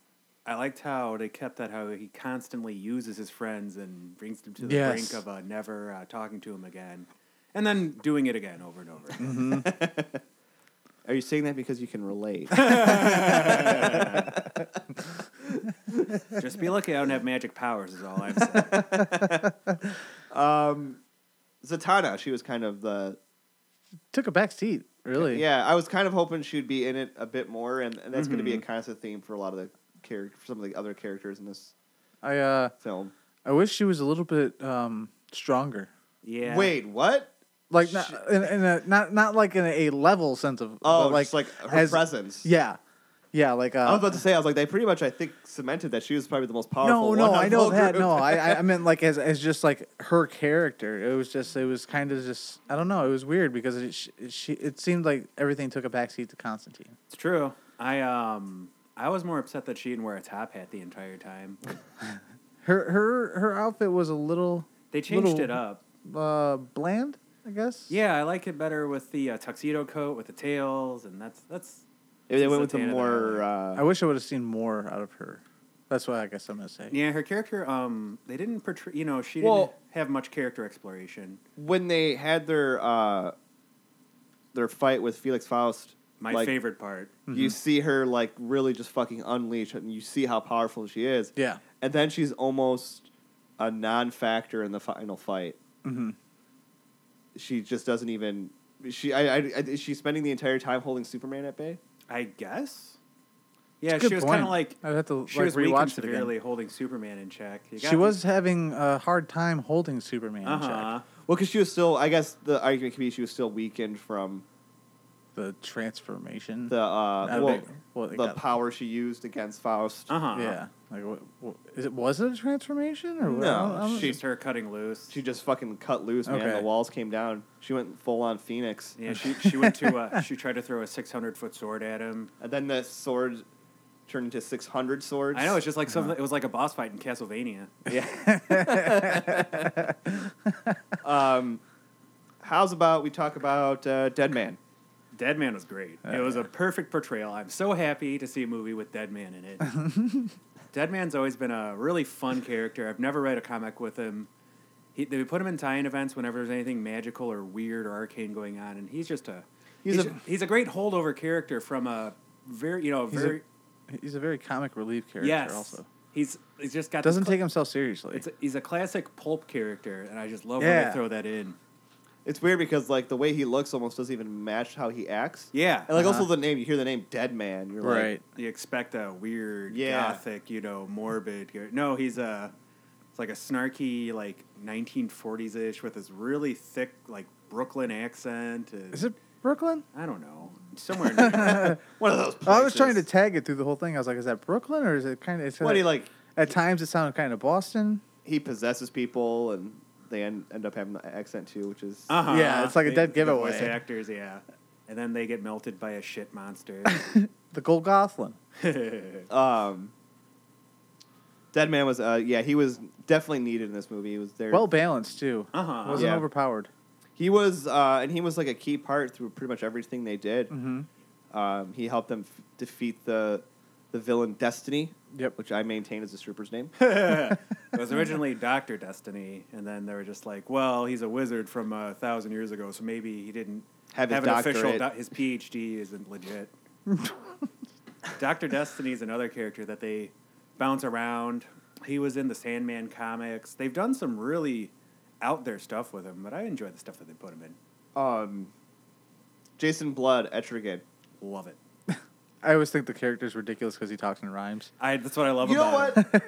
S3: I liked how they kept that how he constantly uses his friends and brings them to the
S4: Yes.
S3: brink of uh, never uh, talking to him again, and then doing it again over and over.
S1: <laughs> Are you saying that because you can
S4: <laughs>
S1: relate?
S3: Just be lucky I don't have magic powers is all I'm
S1: <laughs>
S3: saying.
S1: Zatanna, she was kind of the
S4: Took a back seat, really.
S1: yeah. I was kind of hoping she'd be in it a bit more, and, and that's going to
S4: Mm-hmm.
S1: be a constant theme for a lot of the character, some of the other characters in this
S4: I uh
S1: film.
S4: I wish she was a little bit um stronger.
S3: Yeah.
S1: Wait, what?
S4: Like not in, in a not not like in a level sense of
S1: Oh,
S4: but, like
S1: like, like her
S4: as-
S1: presence.
S4: yeah. Yeah, like uh,
S1: I was about to say, I was like, they pretty much, I think, cemented that she was probably the most
S4: no,
S1: powerful. one
S4: no,
S1: on
S4: I
S1: the
S4: know
S1: whole <laughs>
S4: that.
S1: group.
S4: No, I, I- I meant like as, as just like her character. It was just, it was kind of just, I don't know. It was weird because it, she, she, it seemed like everything took a backseat to Constantine.
S3: It's true. I um I was more upset that she didn't wear a top hat the entire time.
S4: Her, her, her outfit was a little,
S3: They changed
S4: Little-
S3: it up.
S4: uh, bland, I guess.
S3: Yeah, I like it better with the uh, tuxedo coat with the tails, and that's that's.
S1: Maybe they went with the
S3: Zatanna that
S1: more.
S4: I
S1: Uh,
S4: wish I would have seen more out of her. That's what I guess I'm gonna say.
S3: Yeah, her character. Um, they didn't portray. You know, she
S1: Well-
S3: didn't have much character exploration.
S1: when they had their uh, their fight with Felix Faust,
S3: My
S1: like,
S3: favorite part.
S4: Hmm.
S1: You see her like really just fucking unleash, and you see how powerful she is.
S4: Yeah.
S1: and then she's almost a non-factor in the final fight. she just doesn't even. She I, I, I is she spending the entire time holding Superman at bay?
S3: I guess. Yeah,
S4: It's a
S3: she
S4: good
S3: was kind of
S4: point.
S3: like
S4: I'd have to
S3: she
S4: like,
S3: was weak and
S4: rewatch it again.
S3: severely holding Superman in check. You
S4: She
S3: gotta be-
S4: was having a hard time holding Superman in
S3: uh-huh.
S4: check.
S1: Well, because she was still. I guess the argument could be she was still weakened from
S4: The transformation.
S1: the uh,
S4: Uh,
S1: well,
S4: they- well, they
S1: the
S4: got-
S1: power she used against Faust.
S3: Uh-huh.
S4: yeah. Like, what, what, is it, was it a transformation? or what?
S1: No,
S4: I don't- I don't-
S1: she-
S3: Just her cutting loose.
S1: She just fucking cut loose, man.
S4: Okay.
S1: The walls came down. She went full on Phoenix,
S3: yeah, she she went to
S4: <laughs>
S3: uh, she tried to throw a six hundred foot sword at him.
S1: and then the sword turned into six hundred swords.
S3: I know it's just like something. It was like a boss fight in Castlevania.
S1: Yeah. <laughs> um, how's about we talk about uh, Dead Man?
S3: Dead Man was great.
S4: Oh,
S3: it was a perfect portrayal. I'm so happy to see a movie with Dead Man in it.
S4: <laughs>
S3: Dead Man's always been a really fun character. I've never read a comic with him. He, they put him in tie-in events whenever there's anything magical or weird or arcane going on, and he's just a
S1: He's
S3: he's,
S1: a-
S3: a, he's a great holdover character from a very you know
S4: He's a
S3: very
S4: He's a very comic relief character.
S3: yes
S4: Also,
S3: he's he's just got the
S4: doesn't
S3: cl-
S4: take himself seriously.
S3: it's a, he's a classic pulp character, and I just love when
S4: Yeah.
S3: they throw that in.
S1: It's weird because like the way he looks almost doesn't even match how he acts.
S3: Yeah,
S1: And like also
S4: Uh-huh.
S1: the name, you hear the name Dead Man, you're like,
S4: right.
S3: you expect a weird
S1: Yeah.
S3: gothic, you know, morbid. gar- No, he's a it's like a snarky like 1940s ish with this really thick like Brooklyn accent. and-
S4: Is it Brooklyn?
S3: I don't know. Somewhere. in New
S4: <laughs>
S3: York.
S1: one of those.
S4: I was trying to
S1: places.
S4: tag it through the whole thing. I was like, is that Brooklyn or is it kind of? It's
S1: What do you like?
S4: At times, it sounded kind of Boston.
S1: He possesses people, and they end, end up having an accent too, which is
S3: Uh-huh.
S4: Yeah, it's like a
S3: They-
S4: dead
S3: the Voice
S4: giveaway.
S3: actors, yeah. And then they get melted by a shit
S4: <laughs>
S3: monster. <laughs>
S4: The Golgothlin. Uh-huh.
S1: Um, Dead Man was, uh, yeah, he was definitely needed in this movie. He was there.
S4: Well balanced too.
S3: Uh-huh.
S4: Wasn't
S1: Yeah.
S4: overpowered.
S1: he was, uh, and he was like a key part through pretty much everything they did.
S4: Mm-hmm.
S1: Um, he helped them f- defeat the the villain Destiny,
S4: Yep.
S1: which I maintain is the stripper's name. <laughs>
S3: it was originally Doctor Destiny, and then they were just like, "Well, he's a wizard from a thousand years ago, so maybe he didn't
S1: Have his
S3: an official.
S1: doctorate.
S3: doc- his PhD isn't
S1: <laughs>
S3: legit." Doctor Destiny is another character that they bounce around. He was in the Sandman comics. They've done some really out there stuff with him, but I enjoy the stuff that they put him in.
S1: um, Jason Blood, Etrigan.
S3: Love it.
S4: I always think the character's ridiculous because he talks in rhymes.
S3: I that's what I love.
S1: You know
S3: about
S1: what?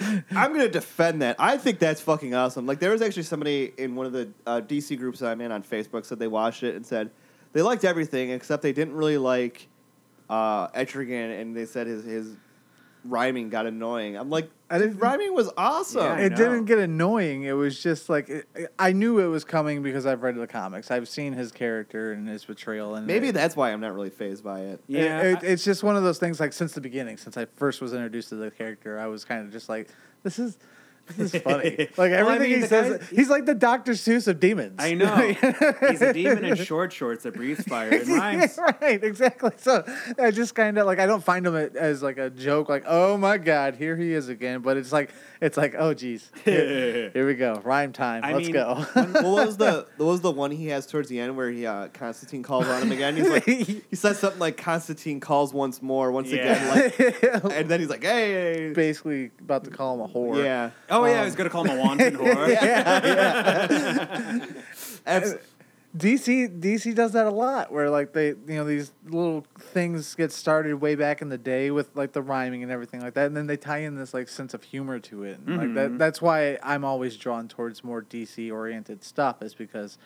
S3: Him.
S1: <laughs> I'm gonna defend that. I think that's fucking awesome. Like there was actually somebody in one of the uh, DC groups that I'm in on Facebook said they watched it and said they liked everything except they didn't really like uh, Etrigan, and they said his his rhyming got annoying. I'm like,
S4: I
S1: his
S4: didn't-
S1: rhyming was awesome.
S3: Yeah, I
S4: it
S3: know.
S4: didn't get annoying. It was just like it, I knew it was coming because I've read the comics. I've seen his character and his portrayal, and
S1: Maybe
S4: it,
S1: that's why I'm not really phased by it.
S3: Yeah,
S4: It, it-
S3: I-
S4: it's just one of those things. Like since the beginning, since I first was introduced to the character, I was kind of just like, "This is, this
S3: <laughs>
S4: is funny." Like
S3: Well, I
S4: everything
S3: mean, the
S4: he says,
S3: guy-
S4: he's like the Doctor Seuss of demons.
S1: <laughs>
S3: I
S4: <laughs>
S3: know he's a demon in short shorts that breathes
S1: <laughs>
S3: fire and rhymes.
S4: <laughs> right, exactly. So I just kind of like I don't find him a- as like a joke. Like, oh my god, here he is again. But it's like it's like, oh geez, here, here we go, rhyme time.
S3: I
S4: Let's
S3: mean,
S4: go.
S1: well, <laughs> what was the what was the one he has towards the end where he uh, Constantine calls on him again? He's
S4: <laughs>
S1: like, he says something like Constantine calls once more, once
S3: Yeah.
S1: again,
S4: <laughs>
S1: like, and then he's like, hey,
S4: Basically about to call him a whore.
S1: yeah,
S3: Oh yeah, I was gonna call him
S1: <laughs>
S3: a wanton whore.
S4: <laughs>
S1: Abs-
S4: DC DC does that a lot where like they you know these little things get started way back in the day with like the rhyming and everything like that and then they tie in this like sense of humor to it and like that that's why I'm always drawn towards more DC oriented stuff is because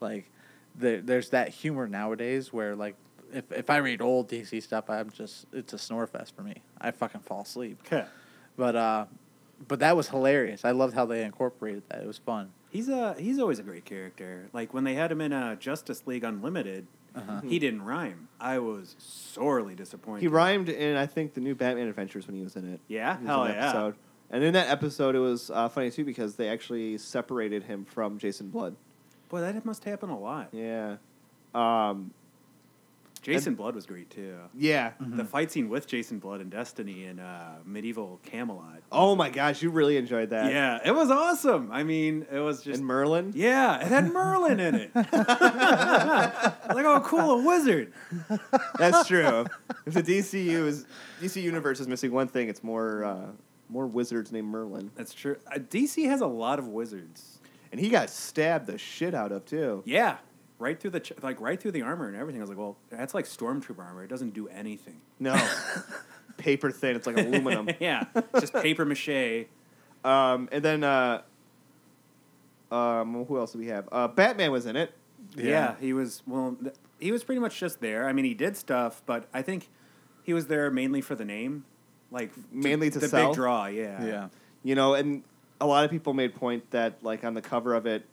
S4: like there, there's that humor nowadays where like if if I read old DC stuff I'm just it's a snore fest for me I fucking fall asleep but uh but that was hilarious I loved how they incorporated that it was fun
S3: He's a he's always a great character. Like when they had him in uh, Justice League Unlimited, he didn't rhyme. I was sorely disappointed.
S1: He rhymed in I think the new Batman Adventures when he was in it.
S3: Yeah?
S1: He was
S3: Hell
S1: in an
S3: yeah.
S1: And in that episode, it was uh, funny too because they actually separated him from Jason Blood.
S3: Boy, that must happen a lot.
S1: Yeah, um,
S3: Jason Blood was great too.
S1: yeah.
S3: The fight scene with Jason Blood and Destiny in uh, medieval Camelot.
S1: Oh my gosh, you really enjoyed that.
S3: Yeah, it was awesome. I mean, it was just
S1: and Merlin.
S3: yeah, it had Merlin
S1: <laughs>
S3: in it. like, oh, cool, a wizard.
S1: That's <laughs> true. if the DCU is DC universe is missing one thing, it's more uh, more wizards named Merlin.
S3: That's true. Uh, DC has a lot of wizards.
S1: and he got stabbed the shit out of too.
S3: Yeah, right through the ch- like right through the armor and everything. I was like, well, that's like stormtrooper armor. It doesn't do anything. <laughs>
S1: No, <laughs> paper thin. It's like aluminum.
S3: yeah,
S1: <laughs>
S3: it's just paper mache.
S1: Um, and then uh, um, who else do we have? Uh, Batman was in it.
S3: Yeah. he was well. Th- he was pretty much just there. I mean, he did stuff, but I think he was there mainly for the name, like
S1: Mainly to
S3: the
S1: sell?
S3: big draw. Yeah,
S4: yeah.
S1: You know, and a lot of people made point that like on the cover of it,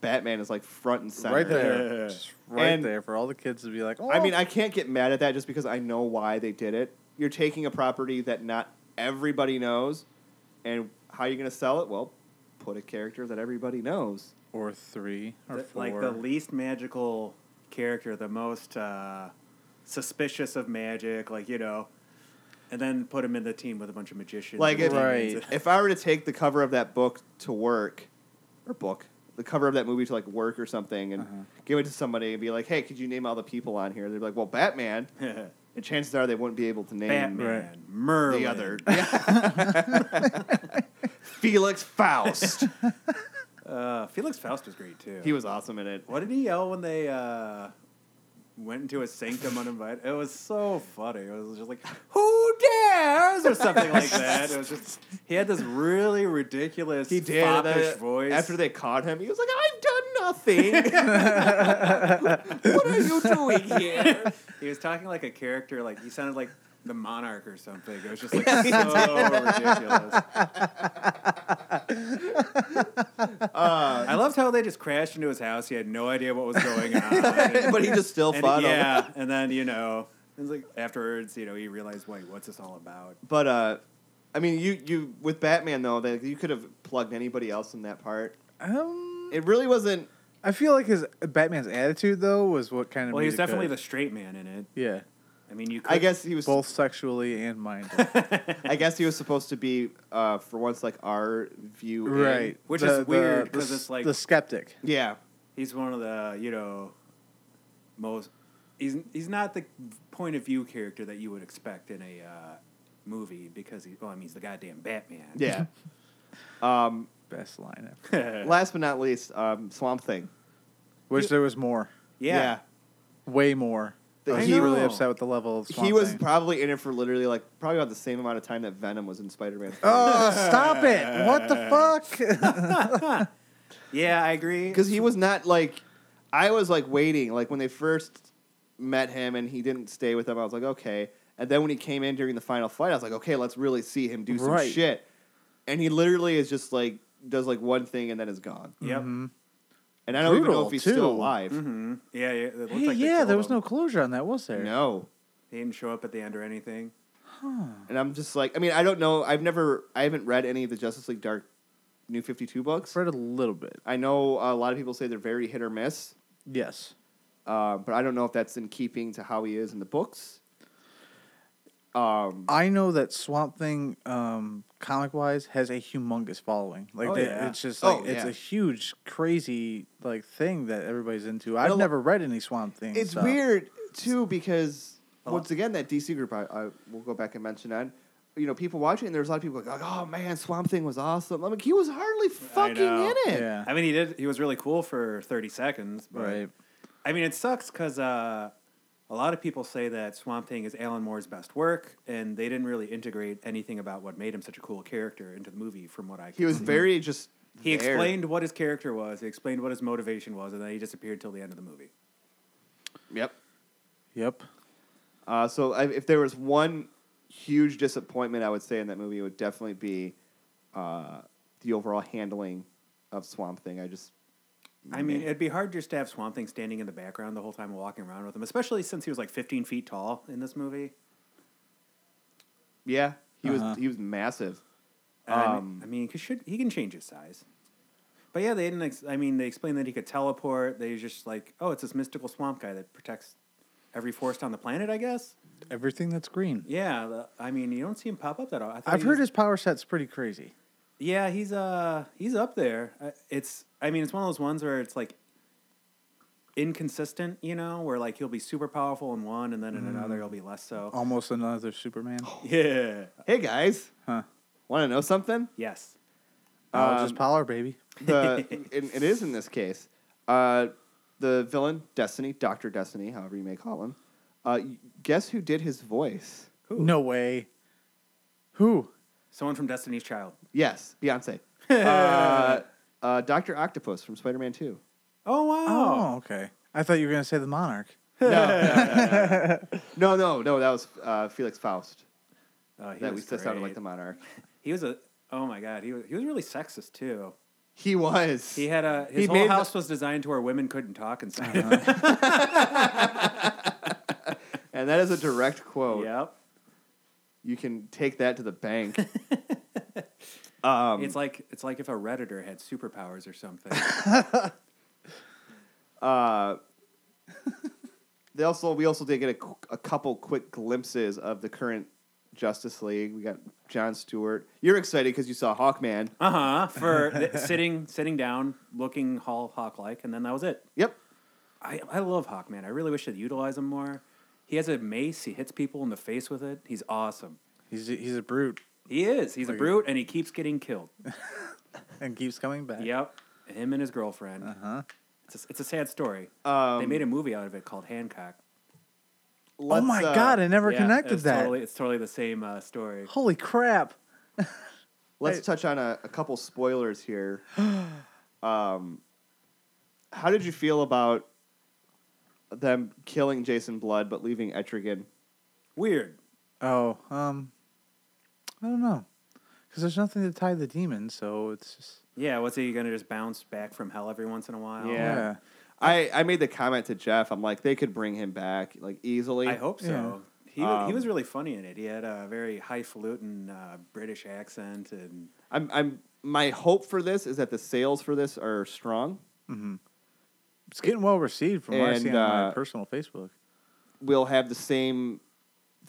S1: Batman is like front and center.
S4: Right there, just right
S1: And-
S4: there for all the kids to be like, oh,
S1: I mean, I can't get mad at that just because I know why they did it. You're taking a property that not everybody knows, and how are you going to sell it? Well, put a character that everybody knows.
S4: or three or
S3: The-
S4: four,
S3: like the least magical character, the most uh, suspicious of magic, like you know, and then put him in the team with a bunch of magicians.
S1: Like if,
S3: and
S4: Right.
S1: if I were to take the cover of that book to work, or book, the cover of that movie to like work or something, and
S3: Uh-huh.
S1: give it to somebody and be like, "Hey, could you name all the people on here?" They'd be like, "Well, Batman."
S3: <laughs> demons.
S1: And chances are they wouldn't be able to name
S3: Batman,
S4: Right.
S1: the
S3: Merlin, <laughs>
S1: other. <laughs> Felix Faust.
S3: Uh, Felix Faust was great too.
S1: He was awesome in it.
S3: What did he yell when they uh, went into a sanctum uninvited? It was so funny. It was just like, "Who dares?" or something like that. It was just he had this really ridiculous,
S1: He did. and then
S3: foppish voice.
S1: After they caught him, he was like, I've
S3: <laughs>
S1: done nothing. what are you doing here?
S3: he was talking like a character, like he sounded like the monarch or something. It was
S1: <laughs>
S3: just like so ridiculous.
S1: Uh,
S3: I loved how they just crashed into his house. He had no idea what was going
S1: <laughs>
S3: on.
S1: but he just still
S3: And-
S1: fought him.
S3: yeah, and then you know, it was like afterwards, you know, he realized, wait, what's this all about?
S1: But, uh, I mean, you, you with Batman, though, that you could have plugged anybody else in that part.
S4: <laughs> um,
S1: It really wasn't.
S4: I feel like his Batman's attitude though was what kind of.
S3: Well, he's
S4: made it
S3: definitely
S4: good.
S3: the straight man in it.
S4: yeah,
S3: I mean, you. Could,
S1: I guess he was.
S4: both sexually <laughs> and mindful.
S1: I guess he was supposed to be, uh, for once, like our view. in.
S4: right,
S3: Which
S4: The-
S3: is
S4: the-
S3: weird
S4: the
S3: 'cause
S4: s-
S3: it's like-
S4: the skeptic.
S1: Yeah.
S3: <laughs> he's one of the you know most. He's he's not the point of view character that you would expect in a uh, movie because he. Well, I mean, he's the goddamn Batman.
S4: <laughs>
S1: Yeah. um,
S4: Best line
S3: <laughs>
S4: ever.
S3: yeah.
S1: last but not least, um, Swamp Thing.
S4: Which there was more, way more. I
S1: I
S4: was really
S3: know.
S4: upset with the level of. Swamp
S1: he was
S4: Thing.
S1: probably in it for literally like probably about the same amount of time that Venom was in Spider Man.
S4: Oh, stop it! What <laughs> the fuck?
S3: Yeah, I agree.
S1: Because he was not like, I was like waiting like when they first met him and he didn't stay with them. I was like okay, and then when he came in during the final fight, I was like okay, let's really see him do some
S4: Right.
S1: shit. And he literally is just like does like one thing and then is gone.
S3: Yep.
S4: Mm-hmm.
S1: And I don't even know
S4: Brutal,
S1: if he's
S4: too. Mm-hmm.
S1: still alive.
S3: hmm Yeah, yeah. It looked
S4: Hey,
S3: like they
S4: yeah,
S3: killed
S4: there was
S3: him.
S4: no closure on that, was there?
S1: No.
S3: He didn't show up at the end or anything.
S1: And I'm just like, I mean, I don't know. I've never, I haven't read any of the Justice League Dark New 52 books.
S4: read a little bit.
S1: I know a lot of people say they're very hit or miss.
S4: Yes.
S1: Uh, but I don't know if that's in keeping to how he is in the books. Um,
S4: I know that Swamp Thing, um, comic wise, has a humongous following. Like,
S3: Oh,
S4: they,
S3: yeah.
S4: it's just
S1: Oh,
S4: like it's
S1: yeah.
S4: a huge, crazy like thing that everybody's into.
S1: a
S4: I've
S1: lo-
S4: never read any Swamp Thing.
S1: it's
S4: stuff.
S1: weird too because
S3: Oh.
S1: once again that DC group I, I will go back and mention on. You know, people watching and there's a lot of people like, "Oh man, Swamp Thing was awesome." I'm like, he was hardly fucking
S3: know.
S1: in it.
S4: Yeah.
S3: I mean, he did. He was really cool for thirty seconds. But,
S4: Right.
S3: I mean, it sucks because uh, a lot of people say that Swamp Thing is Alan Moore's best work, and they didn't really integrate anything about what made him such a cool character into the movie. From what I can
S1: He was
S3: see.
S1: very just.
S3: Mm-hmm. He
S1: there.
S3: explained what his character was. He explained what his motivation was, and then he disappeared till the end of the movie.
S1: Yep.
S4: Yep.
S1: Uh, so I, if there was one huge disappointment, I would say in that movie, it would definitely be uh, the overall handling of Swamp Thing. I just,
S3: I mean,
S1: Man.
S3: it'd be hard just to have Swamp Thing standing in the background the whole time walking around with him, especially since he was like 15 feet tall in this movie.
S1: yeah, he
S4: Uh-huh.
S1: was he was massive.
S3: Um,
S1: Um,
S3: I mean, 'cause should, he can change his size. But yeah, they didn't. Ex- I mean, they explained that he could teleport. They just like, oh, it's this mystical swamp guy that protects every forest on the planet. I guess.
S4: Everything that's green.
S3: Yeah. the- I mean, you don't see him pop up that often.
S4: I've heard his power set's pretty crazy.
S3: Yeah, he's uh he's up there. Uh, It's I mean, it's one of those ones where it's like inconsistent. You know, where like he'll be super powerful in one, and then in another he'll be
S4: Mm.
S3: less so. <gasps>
S4: Almost another Superman.
S3: <laughs>
S4: Oh,
S3: Yeah.
S1: Hey guys,
S4: Huh.
S1: want to know something?
S3: Yes.
S4: Knowledge is
S1: Um,
S4: power, baby.
S3: <laughs>
S1: the it, it is in this case. Uh, the villain, Destiny, Doctor Destiny, however you may call him. Uh, guess who did his voice?
S3: Who?
S4: No way. Who?
S3: Someone from Destiny's Child.
S1: Yes,
S3: <laughs>
S1: Beyonce. uh, uh, Doctor Octopus from Spider Man
S3: <laughs>
S1: Two.
S3: Oh wow.
S4: Oh, okay. I thought you were gonna say the monarch.
S1: No, no, no. That was uh, Felix Faust.
S3: Oh, he
S1: that we
S3: was
S1: just sounded like
S3: great.
S1: the Monarch.
S3: He was a. Oh my god. He was. He was really sexist too.
S1: He was.
S3: He had a. His
S1: He
S3: whole
S1: made the- Uh-huh.
S3: house was designed to where women couldn't talk inside.
S1: and that is a direct quote.
S3: <laughs> Yep.
S1: You can take that to the
S3: <laughs>
S1: bank. um,
S3: It's like it's like if a redditor had superpowers or something. <laughs>
S1: Uh, they also we also did get a, qu- a couple quick glimpses of the current Justice League. We got John Stewart. You're excited because you saw Hawkman.
S3: Uh huh.
S1: <laughs>
S3: For th- sitting sitting down, looking Hall Hawk like, and then that was it.
S1: Yep.
S3: I, I love Hawkman. I really wish they'd utilize him more. He has a mace. He hits people in the face with it. He's awesome.
S4: He's a, he's a brute
S3: He is. He's a
S4: Like-
S3: brute, and he keeps getting killed.
S1: <laughs>
S4: and keeps coming back.
S3: Yep. Him and his girlfriend. Uh huh. It's a, it's a sad story.
S1: Uh-huh. Um,
S3: they made a movie out of it called Hancock.
S4: Oh
S1: let's,
S4: my
S1: uh,
S4: god! I never
S3: Yeah,
S4: connected
S3: it's
S4: that.
S3: Totally, it's totally the same uh, story.
S4: Holy crap!
S1: Let's touch on a, a couple spoilers here. um, how did you feel about them killing Jason Blood but leaving Etrigan?
S3: Weird.
S4: Oh, um, I don't know, because there's nothing to tie the demon, so it's just
S3: Yeah. What's he gonna just bounce back from hell every once in a while?
S1: Yeah. I, I made the comment to Jeff. I'm like, they could bring him back like easily.
S3: I hope so.
S4: Yeah.
S3: He, wa- he
S1: Um,
S3: was really funny in it. He had a very highfalutin uh, British accent, and
S1: I'm, I'm my hope for this is that the sales for this are strong.
S4: It's getting well received from what I see
S1: And,
S4: on my
S1: uh,
S4: personal Facebook.
S1: We'll have the same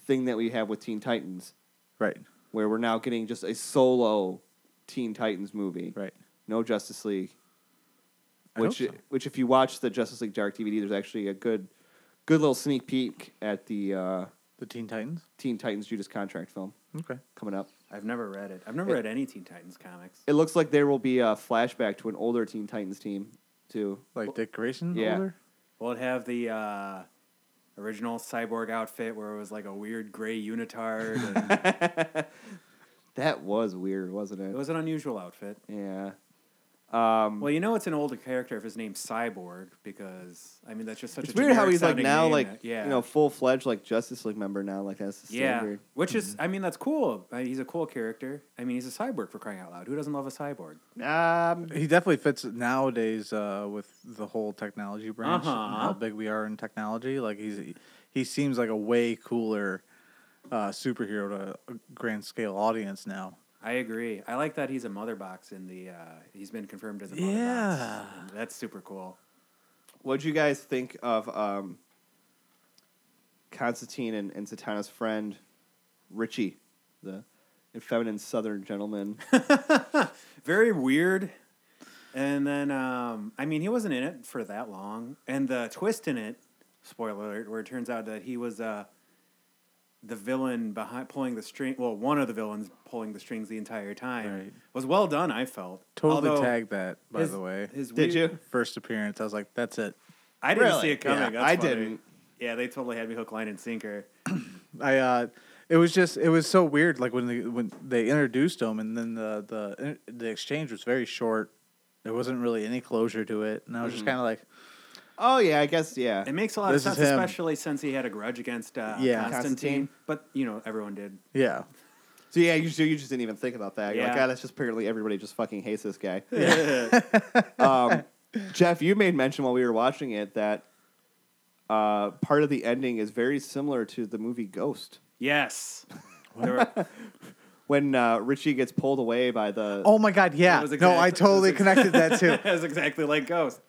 S1: thing that we have with Teen Titans,
S4: Right,
S1: where we're now getting just a solo Teen Titans movie,
S4: right.
S1: no Justice League.
S4: I hope
S1: Which,
S4: so.
S1: which, if you watch the Justice League Dark DVD, there's actually a good, good little sneak peek at the uh,
S4: The Teen Titans.
S1: Teen Titans Judas Contract film
S4: Okay.
S1: coming up.
S3: I've never read it. I've never
S1: It-
S3: read any Teen Titans comics.
S1: It looks like there will be a flashback to an older Teen Titans team, too.
S4: Like Dick Grayson.
S1: yeah.
S4: Older?
S3: Well, it have the uh, original cyborg outfit where it was like a weird gray unitard.
S1: <laughs>
S3: And
S1: That was weird, wasn't
S3: it
S1: it?
S3: was an unusual outfit.
S1: yeah. Um,
S3: Well, you know it's an older character if his name's Cyborg because I mean that's just such
S1: it's
S3: a
S1: weird how
S3: generic
S1: he's like
S3: sounding
S1: now
S3: name
S1: like
S3: that- yeah
S1: you know full fledged like Justice League member now like that's the
S3: yeah
S1: standard.
S3: which is
S4: Mm-hmm.
S3: I mean that's cool. I mean, he's a cool character. I mean he's a cyborg for crying out loud. Who doesn't love a cyborg?
S1: Um,
S4: He definitely fits nowadays uh, with the whole technology branch and how
S3: Uh-huh.
S4: big we are in technology. Like he's he seems like a way cooler uh, superhero to a grand scale audience now.
S3: I agree. I like that he's a mother box in the. Uh, he's been confirmed as a mother
S4: Yeah.
S3: box. And that's super cool.
S1: what'd you guys think of um, Constantine and, and Satana's friend Richie, the effeminate Southern
S3: <laughs>
S1: gentleman?
S3: Very weird. And then, um, I mean, he wasn't in it for that long. And the twist in it, spoiler alert, where it turns out that he was uh, the villain behind pulling the string. Well, one of the villains pulling the strings the entire time
S4: Right.
S3: was well done. I felt
S4: Totally
S3: Although
S4: tagged that by
S3: his-
S4: the way.
S3: his
S1: Did
S3: weird-
S1: you?
S4: First appearance, I was like, that's it.
S3: I didn't
S1: Really?
S3: see it coming.
S1: Yeah,
S3: That's
S1: I
S3: funny.
S1: didn't.
S3: Yeah, they totally had me hook, line, and sinker.
S4: I uh it was just it was so weird like when they when they introduced him and then the the the exchange was very short. There wasn't really any closure to it and I
S3: Mm-hmm.
S4: was just kind of like
S1: Oh yeah, I guess yeah.
S3: It makes a lot
S4: This
S3: of
S4: is
S3: sense,
S4: him.
S3: especially since he had a grudge against uh,
S4: Yeah.
S3: Constantine.
S1: Constantine.
S3: But you know, everyone
S4: <laughs>
S3: did.
S4: yeah.
S1: So yeah, you, so you just didn't even think about that. You're like,
S3: Yeah.
S1: God, that's just apparently everybody just fucking hates this guy. um, Jeff, you made mention while we were watching it that uh, part of the ending is very similar to the movie Ghost.
S3: <laughs> Yes. There were-
S1: When uh, Richie gets pulled away by the
S4: Oh my god, yeah.
S3: It was
S4: no,
S3: exact-
S4: I
S3: it was
S4: totally
S3: ex-
S4: connected
S3: <laughs>
S4: that too.
S3: it was exactly like Ghost.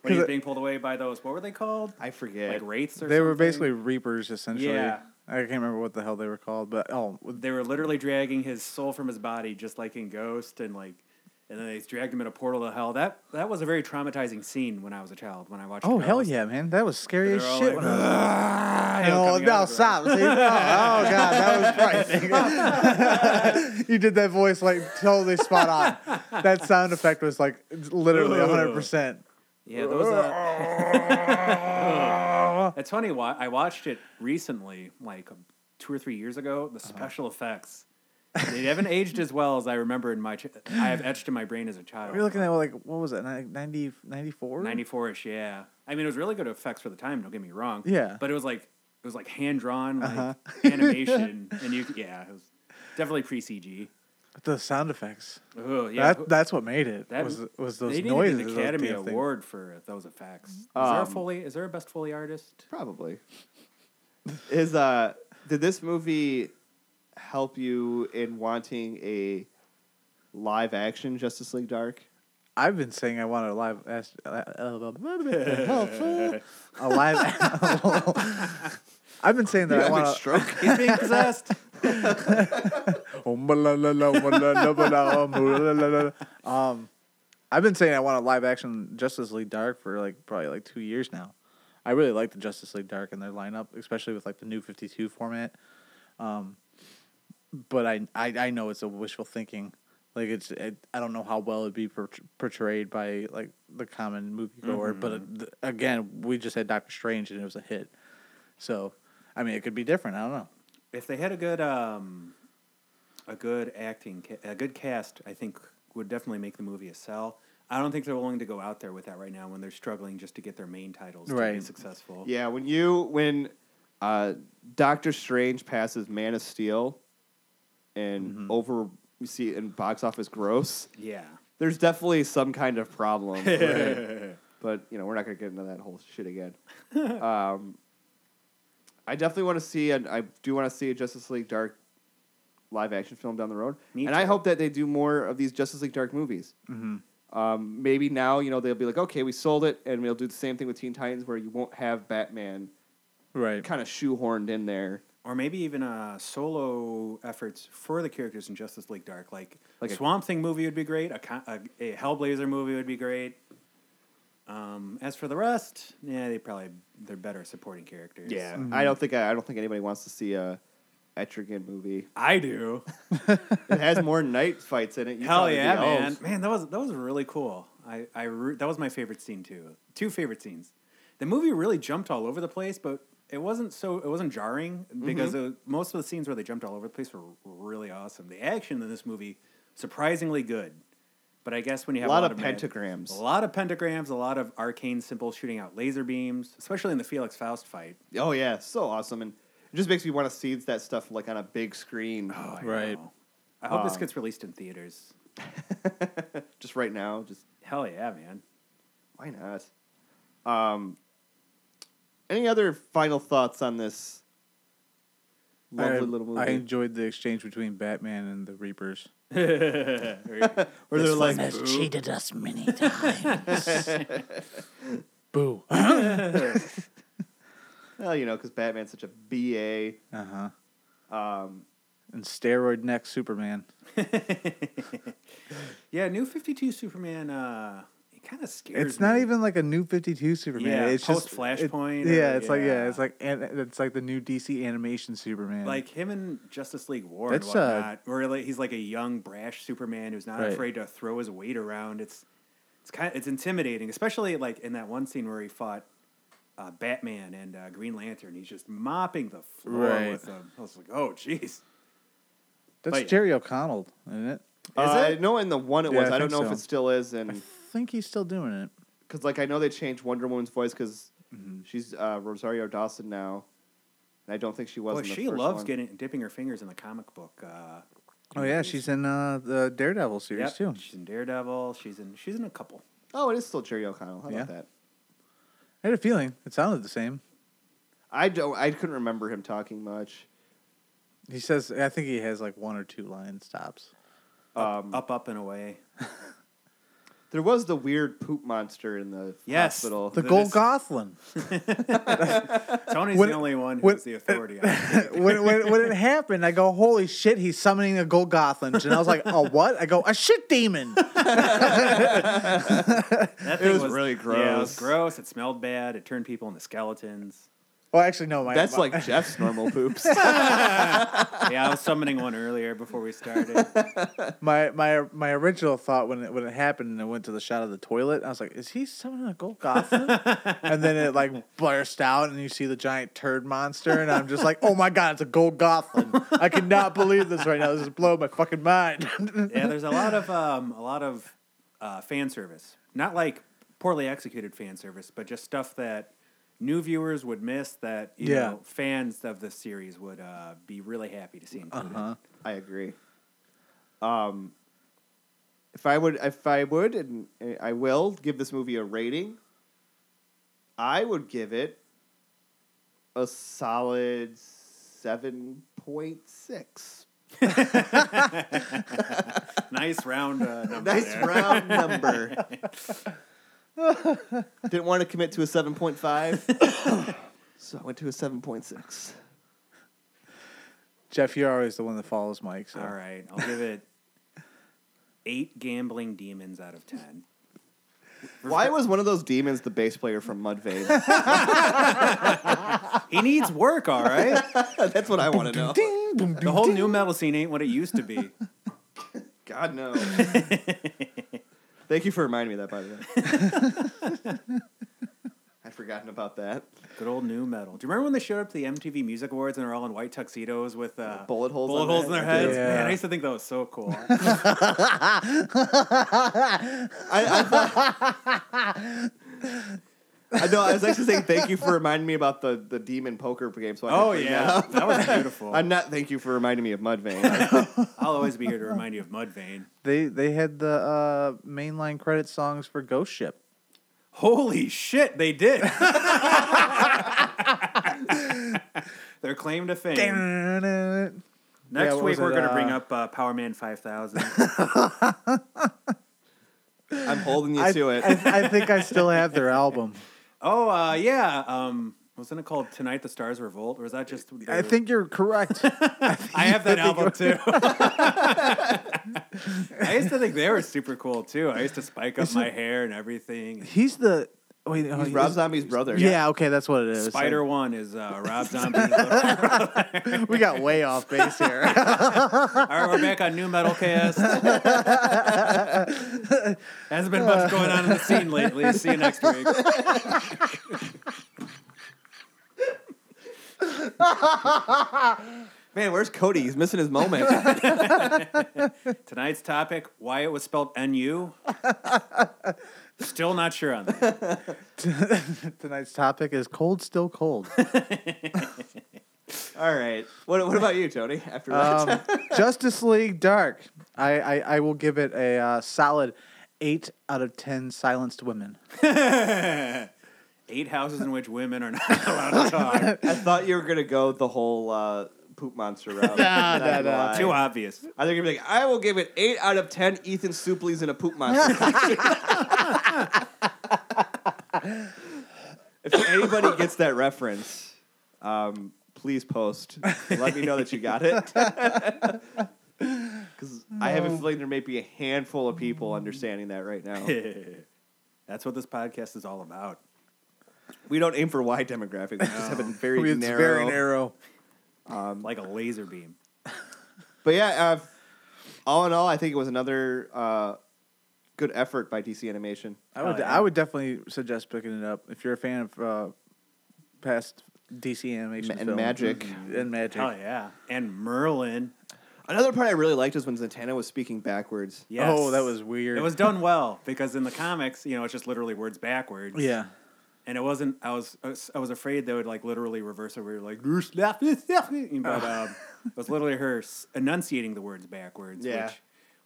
S3: When he
S4: 'Cause
S3: was
S4: it-
S3: being pulled away by those, what were they called?
S1: I forget.
S3: Like wraiths or
S4: They were
S3: something?
S4: basically reapers essentially.
S3: Yeah.
S4: I can't remember what the hell they were called, but oh,
S3: They were literally dragging his soul from his body, just like in Ghost, and like and then they dragged him in a portal to hell. That that was a very traumatizing scene when I was a child. When I watched.
S4: Oh hell
S3: Jaws.
S4: yeah, man! That was scary
S3: They're
S4: as
S3: all
S4: shit.
S3: like,
S4: when I was
S3: "Ah," you know,
S4: No,
S3: coming out
S4: no,
S3: of the ground.
S4: stop. See? No. Oh, God, that was frightening. <laughs> you did that voice like totally spot on. That sound effect was like literally 100%.
S3: Yeah, those. Uh,
S4: <laughs>
S3: it's funny. wa- I watched it recently, like um, two or three years ago.
S4: Uh-huh.
S3: The special effects. They haven't aged as well as I remember in my. Ch- I have etched in my brain as a child.
S4: You're looking at like, what was it, 90, 94?
S3: 94ish yeah i mean it was really good effects for the time don't get me wrong
S4: Yeah. Uh-huh.
S3: but it was like it was like hand drawn like
S4: <laughs>
S3: animation and you yeah it was definitely pre cg
S4: But the sound effects.
S3: oh yeah
S4: That, that's what made it.
S3: That-
S4: was was
S3: they
S4: those
S3: needed
S4: noises.
S3: an
S4: those
S3: academy
S4: damn things.
S3: award for those effects is there a
S1: Um,
S3: foley is there a best foley artist
S4: <laughs>
S1: Probably. <laughs> Is uh did this movie help you in wanting a live action Justice League Dark?
S4: I've been saying I want a live ast- uh, uh, a live. <laughs> I've been saying that
S1: <laughs>
S4: I want a,
S1: stroke.
S3: he's being possessed
S4: <laughs> Um, la, la, la, la, la, la, la, um, la, la, la, la. Um, I've been saying I want a live action Justice League Dark for like probably like two years now. I really like the Justice League Dark and their lineup, especially with like the new Fifty Two format. Um, but I, I I know it's a wishful thinking. Like it's it, I don't know how well it'd be portr- portrayed by like the common moviegoer. But uh, th- again, we just had Doctor Strange and it was a hit. So, I mean, it could be different. I don't know.
S3: if they had a good um a good acting ca- a good cast i think would definitely make the movie a sell I don't think they're willing to go out there with that right now when they're struggling just to get their main titles to be
S4: Right.
S3: successful.
S1: yeah, when you when uh Doctor Strange passes Man of Steel and over you see in box office gross,
S3: Yeah.
S1: there's definitely some kind of
S3: <laughs>
S1: problem. right? But you know, we're not gonna get into that whole shit
S3: <laughs>
S1: again. um, I definitely want to see, and I do want to see a Justice League Dark live action film down the road.
S3: Me
S1: and I
S3: too.
S1: hope that they do more of these Justice League Dark movies.
S3: Mm-hmm.
S1: Um, maybe now, you know, they'll be like, okay, we sold it, and we'll do the same thing with Teen Titans, where you won't have Batman
S4: Right.
S1: kind of shoehorned in there.
S3: or maybe even uh, solo efforts for the characters in Justice League Dark. Like,
S1: Like
S3: a
S1: a-
S3: Swamp Thing movie would be great. A, co- a, a Hellblazer movie would be great. Um, as for the rest, yeah, they probably they're better supporting characters.
S1: I don't think I, I don't think anybody wants to see a Etrigan movie.
S3: I do.
S1: It
S3: <laughs>
S1: has more night fights in it. You'd
S3: Hell
S1: probably be,
S3: yeah,
S1: "Oh,
S3: man! Man, that was that was really cool. I I re- that was my favorite scene too. Two favorite scenes. The movie really jumped all over the place, but it wasn't so it wasn't jarring because it- most of the scenes where they jumped all over the place were really awesome. The action in this movie surprisingly good, but I guess when you have a lot,
S1: lot of
S3: mad-
S1: pentagrams.
S3: a lot of pentagrams, a lot of arcane symbols shooting out laser beams, especially in the Felix Faust fight.
S1: Oh yeah, so awesome, and it just makes me want to see that stuff like on a big
S4: <gasps>
S1: screen,
S3: Oh, I
S4: Right.
S3: know. I hope this gets released in theaters.
S1: just right now. Just
S3: Hell yeah, man!
S1: why not? Um, any other final thoughts on this lovely
S4: I,
S1: little movie?
S4: I enjoyed the exchange between Batman and the Reapers.
S1: Where they're like,
S5: has cheated us many times.
S4: Boo.
S1: well, you know, because Batman's such a ba.
S4: Uh huh.
S1: Um,
S4: And steroid neck Superman.
S3: Yeah, New Fifty Two Superman. Uh, it kind of scares.
S4: It's not
S3: me.
S4: even like a new Fifty Two Superman.
S3: Yeah,
S4: it's just
S3: post-Flashpoint
S4: it- yeah,
S3: or-
S4: it's like
S3: yeah.
S4: yeah, it's like an, it's like the new DC animation Superman.
S3: like him and Justice League War and
S4: That's, uh,
S3: whatnot. where like, he's like a young, brash Superman who's not
S4: Right.
S3: afraid to throw his weight around. It's it's kind it's intimidating, especially like in that one scene where he fought uh, Batman and uh, Green Lantern. He's just mopping the floor
S4: Right.
S3: with them. I was like, oh jeez.
S4: that's
S3: but yeah.
S4: Jerry O'Connell, isn't it?
S1: uh,
S3: it?
S1: No, in the one it
S4: Yeah,
S1: was.
S4: I
S1: I, don't know
S4: think
S1: if
S4: so.
S1: it still is,
S4: I
S3: Mm.
S1: and
S4: think he's still doing it.
S1: because like I know they changed Wonder Woman's voice because
S4: Mm-hmm.
S1: she's uh, Rosario Dawson now, and I don't think she was.
S3: Well,
S1: in the
S3: she
S1: first
S3: loves
S1: one.
S3: getting dipping her fingers in the comic book. Uh,
S4: Oh yeah,
S3: movies.
S4: she's in uh, the Daredevil series
S3: Yep,
S4: too.
S3: She's in Daredevil. She's in she's in a couple.
S1: Oh, it is still Jerry O'Connell. How
S4: Yeah.
S1: about that?
S4: I had a feeling it sounded the same.
S1: I don't. I couldn't remember him talking much.
S4: He says, I think he has like one or two line stops.
S1: Um,
S3: Up, up and away.
S1: There was the weird poop monster in the
S3: Yes.
S1: hospital.
S4: The
S3: This-
S4: Gold Gothlin.
S3: Tony's
S4: When-
S3: the only one
S4: when-
S3: who's the authority on it.
S1: <laughs>
S4: when, when, when it happened, I go, holy shit, he's summoning a Gold Gothlin. And I was like, a what? I go, a shit demon.
S3: That thing
S1: was really
S3: Yeah, it was
S1: gross.
S3: gross. It smelled bad. It turned people into skeletons.
S4: Well, actually, no, my
S1: That's
S4: my-
S1: like Jeff's normal poops.
S3: Yeah, I was summoning one earlier before we started.
S4: <laughs> my my my original thought when it when it happened and I went to the shot of the toilet, I was like, "Is he summoning a gold goblin?" and then it like burst out, and you see the giant turd monster, and I'm just like, "Oh my god, it's a gold goblin! I cannot believe this right now. This is blowing my fucking mind." <laughs>
S3: Yeah, there's a lot of um, a lot of uh, fan service. Not like poorly executed fan service, but just stuff that new viewers would miss that you
S4: Yeah.
S3: know fans of the series would uh, be really happy to see included.
S1: I agree. Um, if I would, if I would, and I will give this movie a rating, I would give it a solid seven point six.
S3: Nice round
S1: <laughs>
S3: uh, number.
S1: Nice
S3: there.
S1: round number. Didn't want to commit to a seven point five, so I went to a seven point six.
S4: Jeff, you're always the one that follows Mike. So.
S3: All right, I'll give it eight gambling demons out of ten.
S1: Why was one of those demons the bass player from <laughs> Mudvayne?
S3: He needs work, all right.
S1: <laughs> That's what I want to know.
S4: Ding, boom,
S3: The
S4: ding,
S3: whole
S4: ding.
S3: new metal scene ain't what it used to
S4: <laughs>
S3: be.
S1: God no. Thank you for reminding me of that, by the way. <laughs> I'd forgotten about that.
S3: Good old new metal. Do you remember when they showed up to the MTV Music Awards and they're all in white tuxedos with uh,
S1: Bullet holes
S3: bullet
S1: on
S3: holes in
S1: their
S3: their
S1: heads?
S3: heads?
S4: Yeah.
S3: Man, I used to think that was so
S4: <laughs>
S3: cool.
S1: I, I, thought, <laughs> I know. I was actually saying thank you for reminding me about the, the demon poker game. So I could
S3: oh
S1: bring
S3: yeah,
S1: that up.
S3: that was beautiful.
S1: I'm not. Thank you for reminding me of Mudvayne.
S3: I'll always be here to remind you of Mudvayne.
S4: They they had the uh, mainline credit songs for Ghost Ship.
S3: Holy shit, they did. <laughs> Their claim to fame.
S4: Next
S3: Next
S4: what
S3: week
S4: was
S3: we're
S4: it,
S3: gonna
S4: uh,
S3: bring up uh, Power Man Five Thousand.
S1: I'm holding <laughs> you
S4: I,
S1: to it.
S4: I, I think I still
S1: <laughs>
S4: have their album.
S3: oh uh, yeah, um, wasn't it called Tonight the Stars Revolt, or was that just?
S4: I think you're correct.
S3: I have that album too. I used to think they were super cool too. I used to spike up my hair and everything.
S4: He's the wait. no,
S1: He's Rob Zombie's brother.
S4: Yeah, okay, that's what it is.
S3: Spider One is uh, Rob Zombie.
S4: we got way off base here.
S1: <laughs>
S3: <laughs> All
S4: <laughs>
S3: right, we're back on New Metal Cast. Hasn't been much going on in the scene lately. See you next week.
S1: Man, where's Cody? He's missing his moment.
S3: Tonight's topic: why it was spelled N-U. Still not sure on that. <laughs>
S4: Tonight's topic is cold, still cold.
S1: <laughs> All right. What, what about you, Tony? After that,
S4: Um, Justice League Dark. I, I, I will give it a uh, solid eight out of ten silenced women.
S3: Eight houses in which women are not <laughs> allowed to talk.
S1: I thought you were gonna go the whole uh, poop monster route. Not
S4: <laughs> nah,
S1: gonna
S4: nah.
S1: lie.
S3: Too obvious.
S1: I think you're gonna be like, I will give it eight out of ten Ethan Suplees in a poop monster.
S4: <laughs>
S1: if anybody gets that reference, um, please post. Let me know that you got it. <laughs> Because I have a feeling there may be a handful of people understanding that right
S4: <laughs>
S1: now.
S3: That's what this podcast is all about.
S1: We don't aim for wide demographics. We just have a very,
S4: it's
S1: narrow,
S4: very narrow.
S3: Like a laser beam.
S1: But yeah, uh, all in all, I think it was another uh, good effort by DC Animation.
S4: I would
S3: Oh, yeah.
S4: I would definitely suggest picking it up if you're a fan of uh, past DC animation
S1: and
S4: films.
S1: magic.
S4: and magic.
S3: Hell yeah. And Merlin.
S1: Another part I really liked was when Zatanna was speaking backwards.
S3: Yes.
S4: Oh, that was weird.
S3: It was done well because in the comics, you know, it's just literally words backwards.
S4: yeah.
S3: And it wasn't. I was. I was- I was afraid they would like literally reverse it. where you are like, "Roosh, laugh, laugh, laugh."
S4: <laughs>
S3: but um, it was literally her s- enunciating the words backwards,
S1: Yeah.
S3: which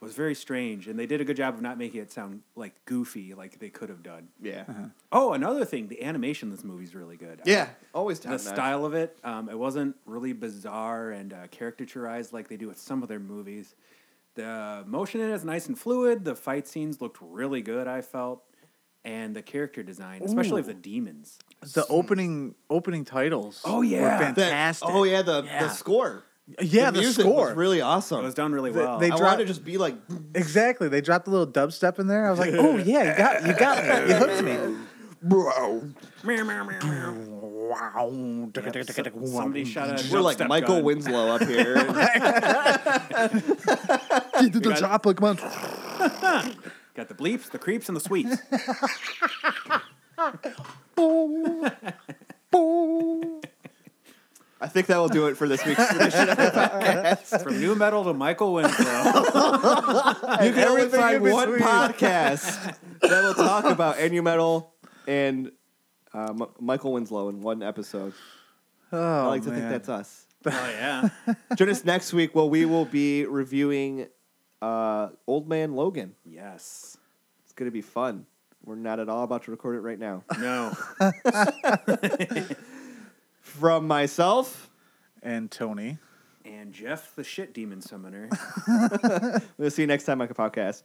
S3: was very strange. And they did a good job of not making it sound like goofy, like they could have done.
S1: Yeah.
S3: Oh, another thing, the animation in this movie is really good.
S1: Yeah. Always
S3: the
S1: top notch.
S3: style of it. Um, it wasn't really bizarre and uh, caricaturized like they do with some of their movies. The motion in it is nice and fluid. The fight scenes looked really good. I felt, and the character design, especially of the demons.
S4: The opening opening titles.
S3: Oh,
S4: were
S3: yeah. That-
S1: That-
S4: fantastic.
S1: oh yeah, the,
S3: Yeah.
S1: the score.
S4: yeah. The,
S1: music
S4: score
S1: was really awesome.
S3: It was done really
S4: They-
S3: well.
S4: they
S1: I
S4: dropped-
S1: wanted to just be like,
S4: exactly. They dropped a little dubstep in there. I was like, oh yeah, you got you got me. You hooked me. Bro.
S3: Meow, meow, meow, meow.
S4: Wow.
S3: Yep, so- Somebody shot a
S1: we're
S3: jump
S1: like
S3: step
S1: Michael
S3: gun.
S1: Winslow up here.
S4: Did the
S3: got-
S4: drop like man.
S3: Got the bleeps, the creeps, and the sweeps.
S4: Boom.
S1: I think that will do it for this week's edition.
S3: <laughs> From new metal to
S1: <laughs>
S3: Michael Winslow.
S1: you can only
S4: everything
S1: find
S4: in between.
S1: one podcast <laughs> that will talk about Anu Metal and uh, M- Michael Winslow in one episode.
S4: <laughs> Oh,
S1: I like to think
S4: man.
S1: that's us.
S3: oh yeah.
S1: Join us next week where we will be reviewing uh, Old Man Logan.
S3: Yes.
S1: It's going to be fun. We're not at all about to record it right now.
S3: No.
S1: From myself,
S4: and Tony.
S3: And Jeff, the shit demon summoner.
S1: we'll see you next time on the podcast.